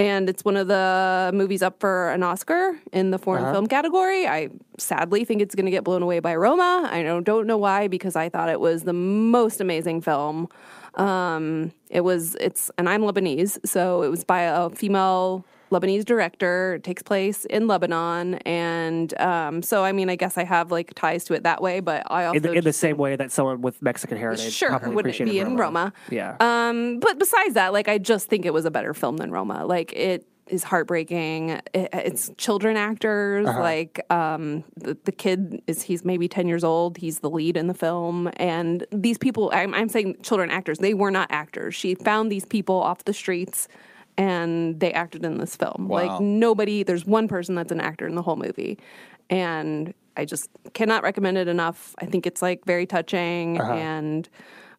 [SPEAKER 3] and it's one of the movies up for an Oscar in the foreign film category. I sadly think it's going to get blown away by Roma. I don't don't know why because I thought it was the most amazing film. Um, it was it's and I'm Lebanese, so it was by a female Lebanese director. It takes place in Lebanon, and um, so I mean, I guess I have like ties to it that way. But I also
[SPEAKER 1] in, the, in the same way that someone with Mexican heritage
[SPEAKER 3] sure
[SPEAKER 1] probably
[SPEAKER 3] would it
[SPEAKER 1] appreciated
[SPEAKER 3] be in Roma.
[SPEAKER 1] Yeah.
[SPEAKER 3] Um, but besides that, like I just think it was a better film than Roma. Like it is heartbreaking. It, it's children actors.
[SPEAKER 1] Uh-huh.
[SPEAKER 3] Like um, the, the kid is he's maybe ten years old. He's the lead in the film, and these people. I'm, I'm saying children actors. They were not actors. She found these people off the streets. And they acted in this film. Like
[SPEAKER 2] Wow.
[SPEAKER 3] nobody, there's one person that's an actor in the whole movie.
[SPEAKER 2] Uh-huh.
[SPEAKER 3] And I just cannot recommend it enough. I think it's like very touching and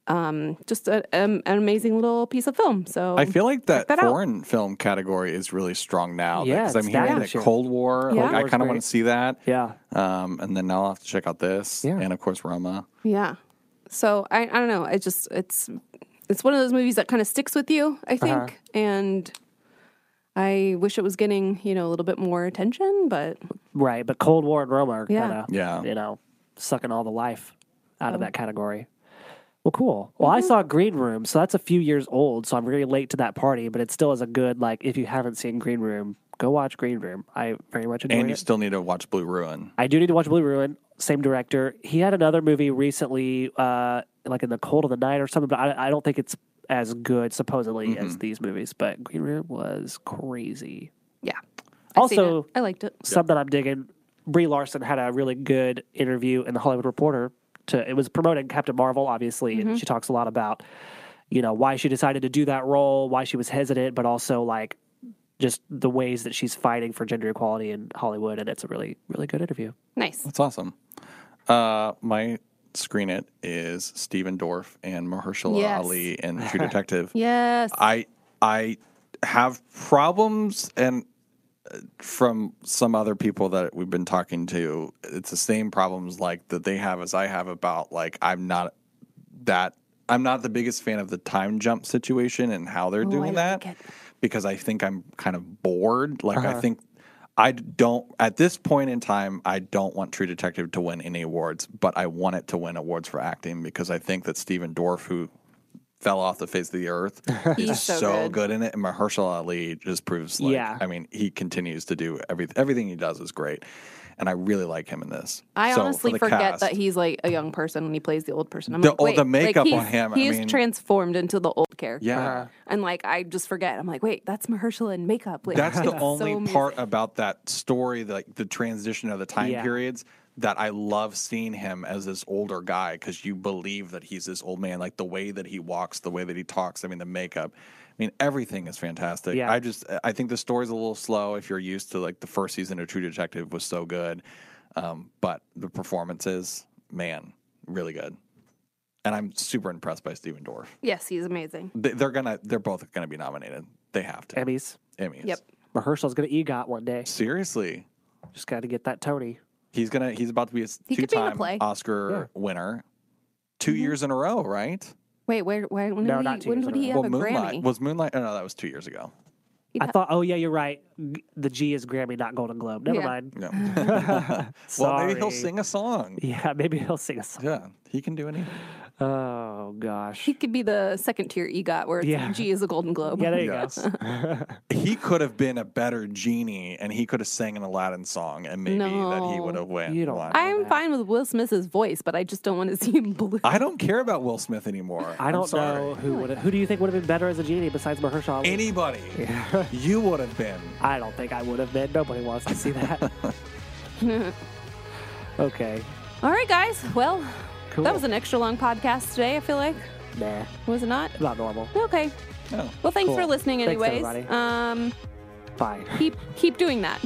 [SPEAKER 3] um, just a, um, an amazing little piece of film. So
[SPEAKER 2] I feel like that,
[SPEAKER 3] that out.
[SPEAKER 2] foreign film category is really strong now.
[SPEAKER 1] Yeah,
[SPEAKER 2] because I'm
[SPEAKER 1] it's
[SPEAKER 2] hearing
[SPEAKER 1] down.
[SPEAKER 2] that
[SPEAKER 1] Sure.
[SPEAKER 2] Cold War.
[SPEAKER 3] Yeah.
[SPEAKER 2] Like, I
[SPEAKER 1] War's
[SPEAKER 2] kind of want
[SPEAKER 1] great.
[SPEAKER 2] to see that.
[SPEAKER 1] Yeah.
[SPEAKER 2] Um, and then now I'll have to check out this.
[SPEAKER 1] Yeah.
[SPEAKER 2] And of course Roma.
[SPEAKER 3] Yeah. So I, I don't know. I just it's it's one of those movies that kind of sticks with you, I think. And I wish it was getting, you know, a little bit more attention, but
[SPEAKER 1] Right, but Cold War and Roma are
[SPEAKER 3] Yeah.
[SPEAKER 1] kind of,
[SPEAKER 2] Yeah.
[SPEAKER 1] you know, sucking all the life out
[SPEAKER 3] Oh.
[SPEAKER 1] of that category. Well, cool. Well,
[SPEAKER 3] Mm-hmm.
[SPEAKER 1] I saw Green Room, so that's a few years old, so I'm really late to that party, but it still is a good, like, if you haven't seen Green Room, go watch Green Room. I very much enjoyed
[SPEAKER 2] And you
[SPEAKER 1] it.
[SPEAKER 2] still need to watch Blue Ruin.
[SPEAKER 1] I do need to watch Blue Ruin, same director. He had another movie recently, uh, like in the cold of the night or something, but I, I don't think it's as good, supposedly, as these movies, but Green Room was crazy.
[SPEAKER 3] yeah. I've seen
[SPEAKER 1] Also,
[SPEAKER 3] it. I liked it.
[SPEAKER 1] some that I'm digging. Brie Larson had a really good interview in the Hollywood Reporter. To it was promoting Captain Marvel, obviously, and she talks a lot about you know why she decided to do that role, why she was hesitant, but also like just the ways that she's fighting for gender equality in Hollywood. And it's a really really good interview.
[SPEAKER 3] Nice.
[SPEAKER 2] That's awesome. Uh, my screen it is Steven Dorff and Mahershala
[SPEAKER 3] Yes.
[SPEAKER 2] Ali in True Detective.
[SPEAKER 3] Yes.
[SPEAKER 2] I I have problems and uh, from some other people that we've been talking to, it's the same problems like that they have as I have about like I'm not that I'm not the biggest fan of the time jump situation and how they're doing that
[SPEAKER 3] Oh, like it.
[SPEAKER 2] because I think I'm kind of bored. Like I think I don't at this point in time I don't want True Detective to win any awards, but I want it to win awards for acting because I think that Steven Dorff who fell off the face of the earth is
[SPEAKER 3] He's so
[SPEAKER 2] so,
[SPEAKER 3] good.
[SPEAKER 2] good. in it and Mahershala Ali just proves like
[SPEAKER 1] Yeah.
[SPEAKER 2] I mean he continues to do everything everything he does is great. And I really like him in this.
[SPEAKER 3] I
[SPEAKER 2] So, for
[SPEAKER 3] honestly
[SPEAKER 2] the
[SPEAKER 3] forget
[SPEAKER 2] cast-
[SPEAKER 3] that he's like a young person when he plays the old person. I'm
[SPEAKER 2] The-
[SPEAKER 3] like,
[SPEAKER 2] all
[SPEAKER 3] wait,
[SPEAKER 2] the
[SPEAKER 3] like,
[SPEAKER 2] makeup on
[SPEAKER 3] he's-
[SPEAKER 2] him, I
[SPEAKER 3] He's
[SPEAKER 2] mean-
[SPEAKER 3] transformed into the old character.
[SPEAKER 2] Yeah.
[SPEAKER 3] And like I just forget. I'm like, wait, that's Mahershala in makeup. Like,
[SPEAKER 2] That's
[SPEAKER 3] it's
[SPEAKER 2] the
[SPEAKER 3] so
[SPEAKER 2] only
[SPEAKER 3] amazing.
[SPEAKER 2] part about that story, like the transition of the time
[SPEAKER 1] Yeah.
[SPEAKER 2] periods, that I love seeing him as this older guy because you believe that he's this old man. Like the way that he walks, the way that he talks. I mean, the makeup. I mean, everything is fantastic.
[SPEAKER 1] Yeah.
[SPEAKER 2] I just, I think the story's a little slow if you're used to like the first season of True Detective was so good, um, but the performances, man, really good. And I'm super impressed by Steven Dorff.
[SPEAKER 3] Yes, he's amazing.
[SPEAKER 2] They- They're gonna, they're both gonna be nominated. They have to.
[SPEAKER 1] Emmys.
[SPEAKER 2] Emmys.
[SPEAKER 3] Yep.
[SPEAKER 1] Mahershal's gonna EGOT one day.
[SPEAKER 2] Seriously.
[SPEAKER 1] Just got to get that Tony.
[SPEAKER 2] He's gonna. He's about to be a s-
[SPEAKER 3] He could be in a
[SPEAKER 2] two-time
[SPEAKER 3] play. Mm-hmm.
[SPEAKER 2] Oscar winner, 2 years in a row, right?
[SPEAKER 3] Wait, where, where when,
[SPEAKER 1] No,
[SPEAKER 3] did,
[SPEAKER 1] not
[SPEAKER 3] he,
[SPEAKER 1] two
[SPEAKER 3] when
[SPEAKER 1] years
[SPEAKER 3] did
[SPEAKER 1] in a
[SPEAKER 3] he have
[SPEAKER 2] well,
[SPEAKER 3] a
[SPEAKER 2] Moonlight
[SPEAKER 3] Grammy?
[SPEAKER 2] was Moonlight. Oh, no, that was two years ago.
[SPEAKER 3] He'd
[SPEAKER 1] I
[SPEAKER 3] ha-
[SPEAKER 1] thought, oh yeah, you're right. G- The G is Grammy, not Golden Globe. Never
[SPEAKER 3] Yeah.
[SPEAKER 1] mind.
[SPEAKER 2] No. well, maybe
[SPEAKER 1] Sorry.
[SPEAKER 2] he'll sing a song.
[SPEAKER 1] Yeah, maybe he'll sing a song.
[SPEAKER 2] Yeah, he can do anything.
[SPEAKER 1] Oh gosh.
[SPEAKER 3] He could be the second tier EGOT where it's
[SPEAKER 1] Yeah.
[SPEAKER 3] G is a Golden Globe.
[SPEAKER 1] Yeah, there you
[SPEAKER 2] Yes.
[SPEAKER 1] go.
[SPEAKER 2] he could have been a better genie, and he could have sang an Aladdin song, and maybe that he
[SPEAKER 3] No.
[SPEAKER 2] would have won.
[SPEAKER 1] You don't-
[SPEAKER 2] won. I,
[SPEAKER 3] I'm fine with Will Smith's voice, but I just don't want to see him blue.
[SPEAKER 2] don't care about Will Smith anymore.
[SPEAKER 1] I
[SPEAKER 2] I'm
[SPEAKER 1] don't
[SPEAKER 2] sorry.
[SPEAKER 1] know who would. Who do you think would have been better as a genie besides Mahershala? Ali?
[SPEAKER 2] anybody. you would have been.
[SPEAKER 1] I don't think I would have been. Nobody wants to see that. okay,
[SPEAKER 3] All right, guys. Well,
[SPEAKER 1] cool.
[SPEAKER 3] that was an extra long podcast today, I feel like.
[SPEAKER 1] nah,
[SPEAKER 3] Was it not?
[SPEAKER 1] not normal.
[SPEAKER 3] Okay.
[SPEAKER 2] No.
[SPEAKER 3] Well, thanks
[SPEAKER 1] Cool.
[SPEAKER 3] for listening
[SPEAKER 1] Thanks,
[SPEAKER 3] anyways.
[SPEAKER 1] everybody.
[SPEAKER 3] um
[SPEAKER 1] Bye.
[SPEAKER 3] keep keep doing that.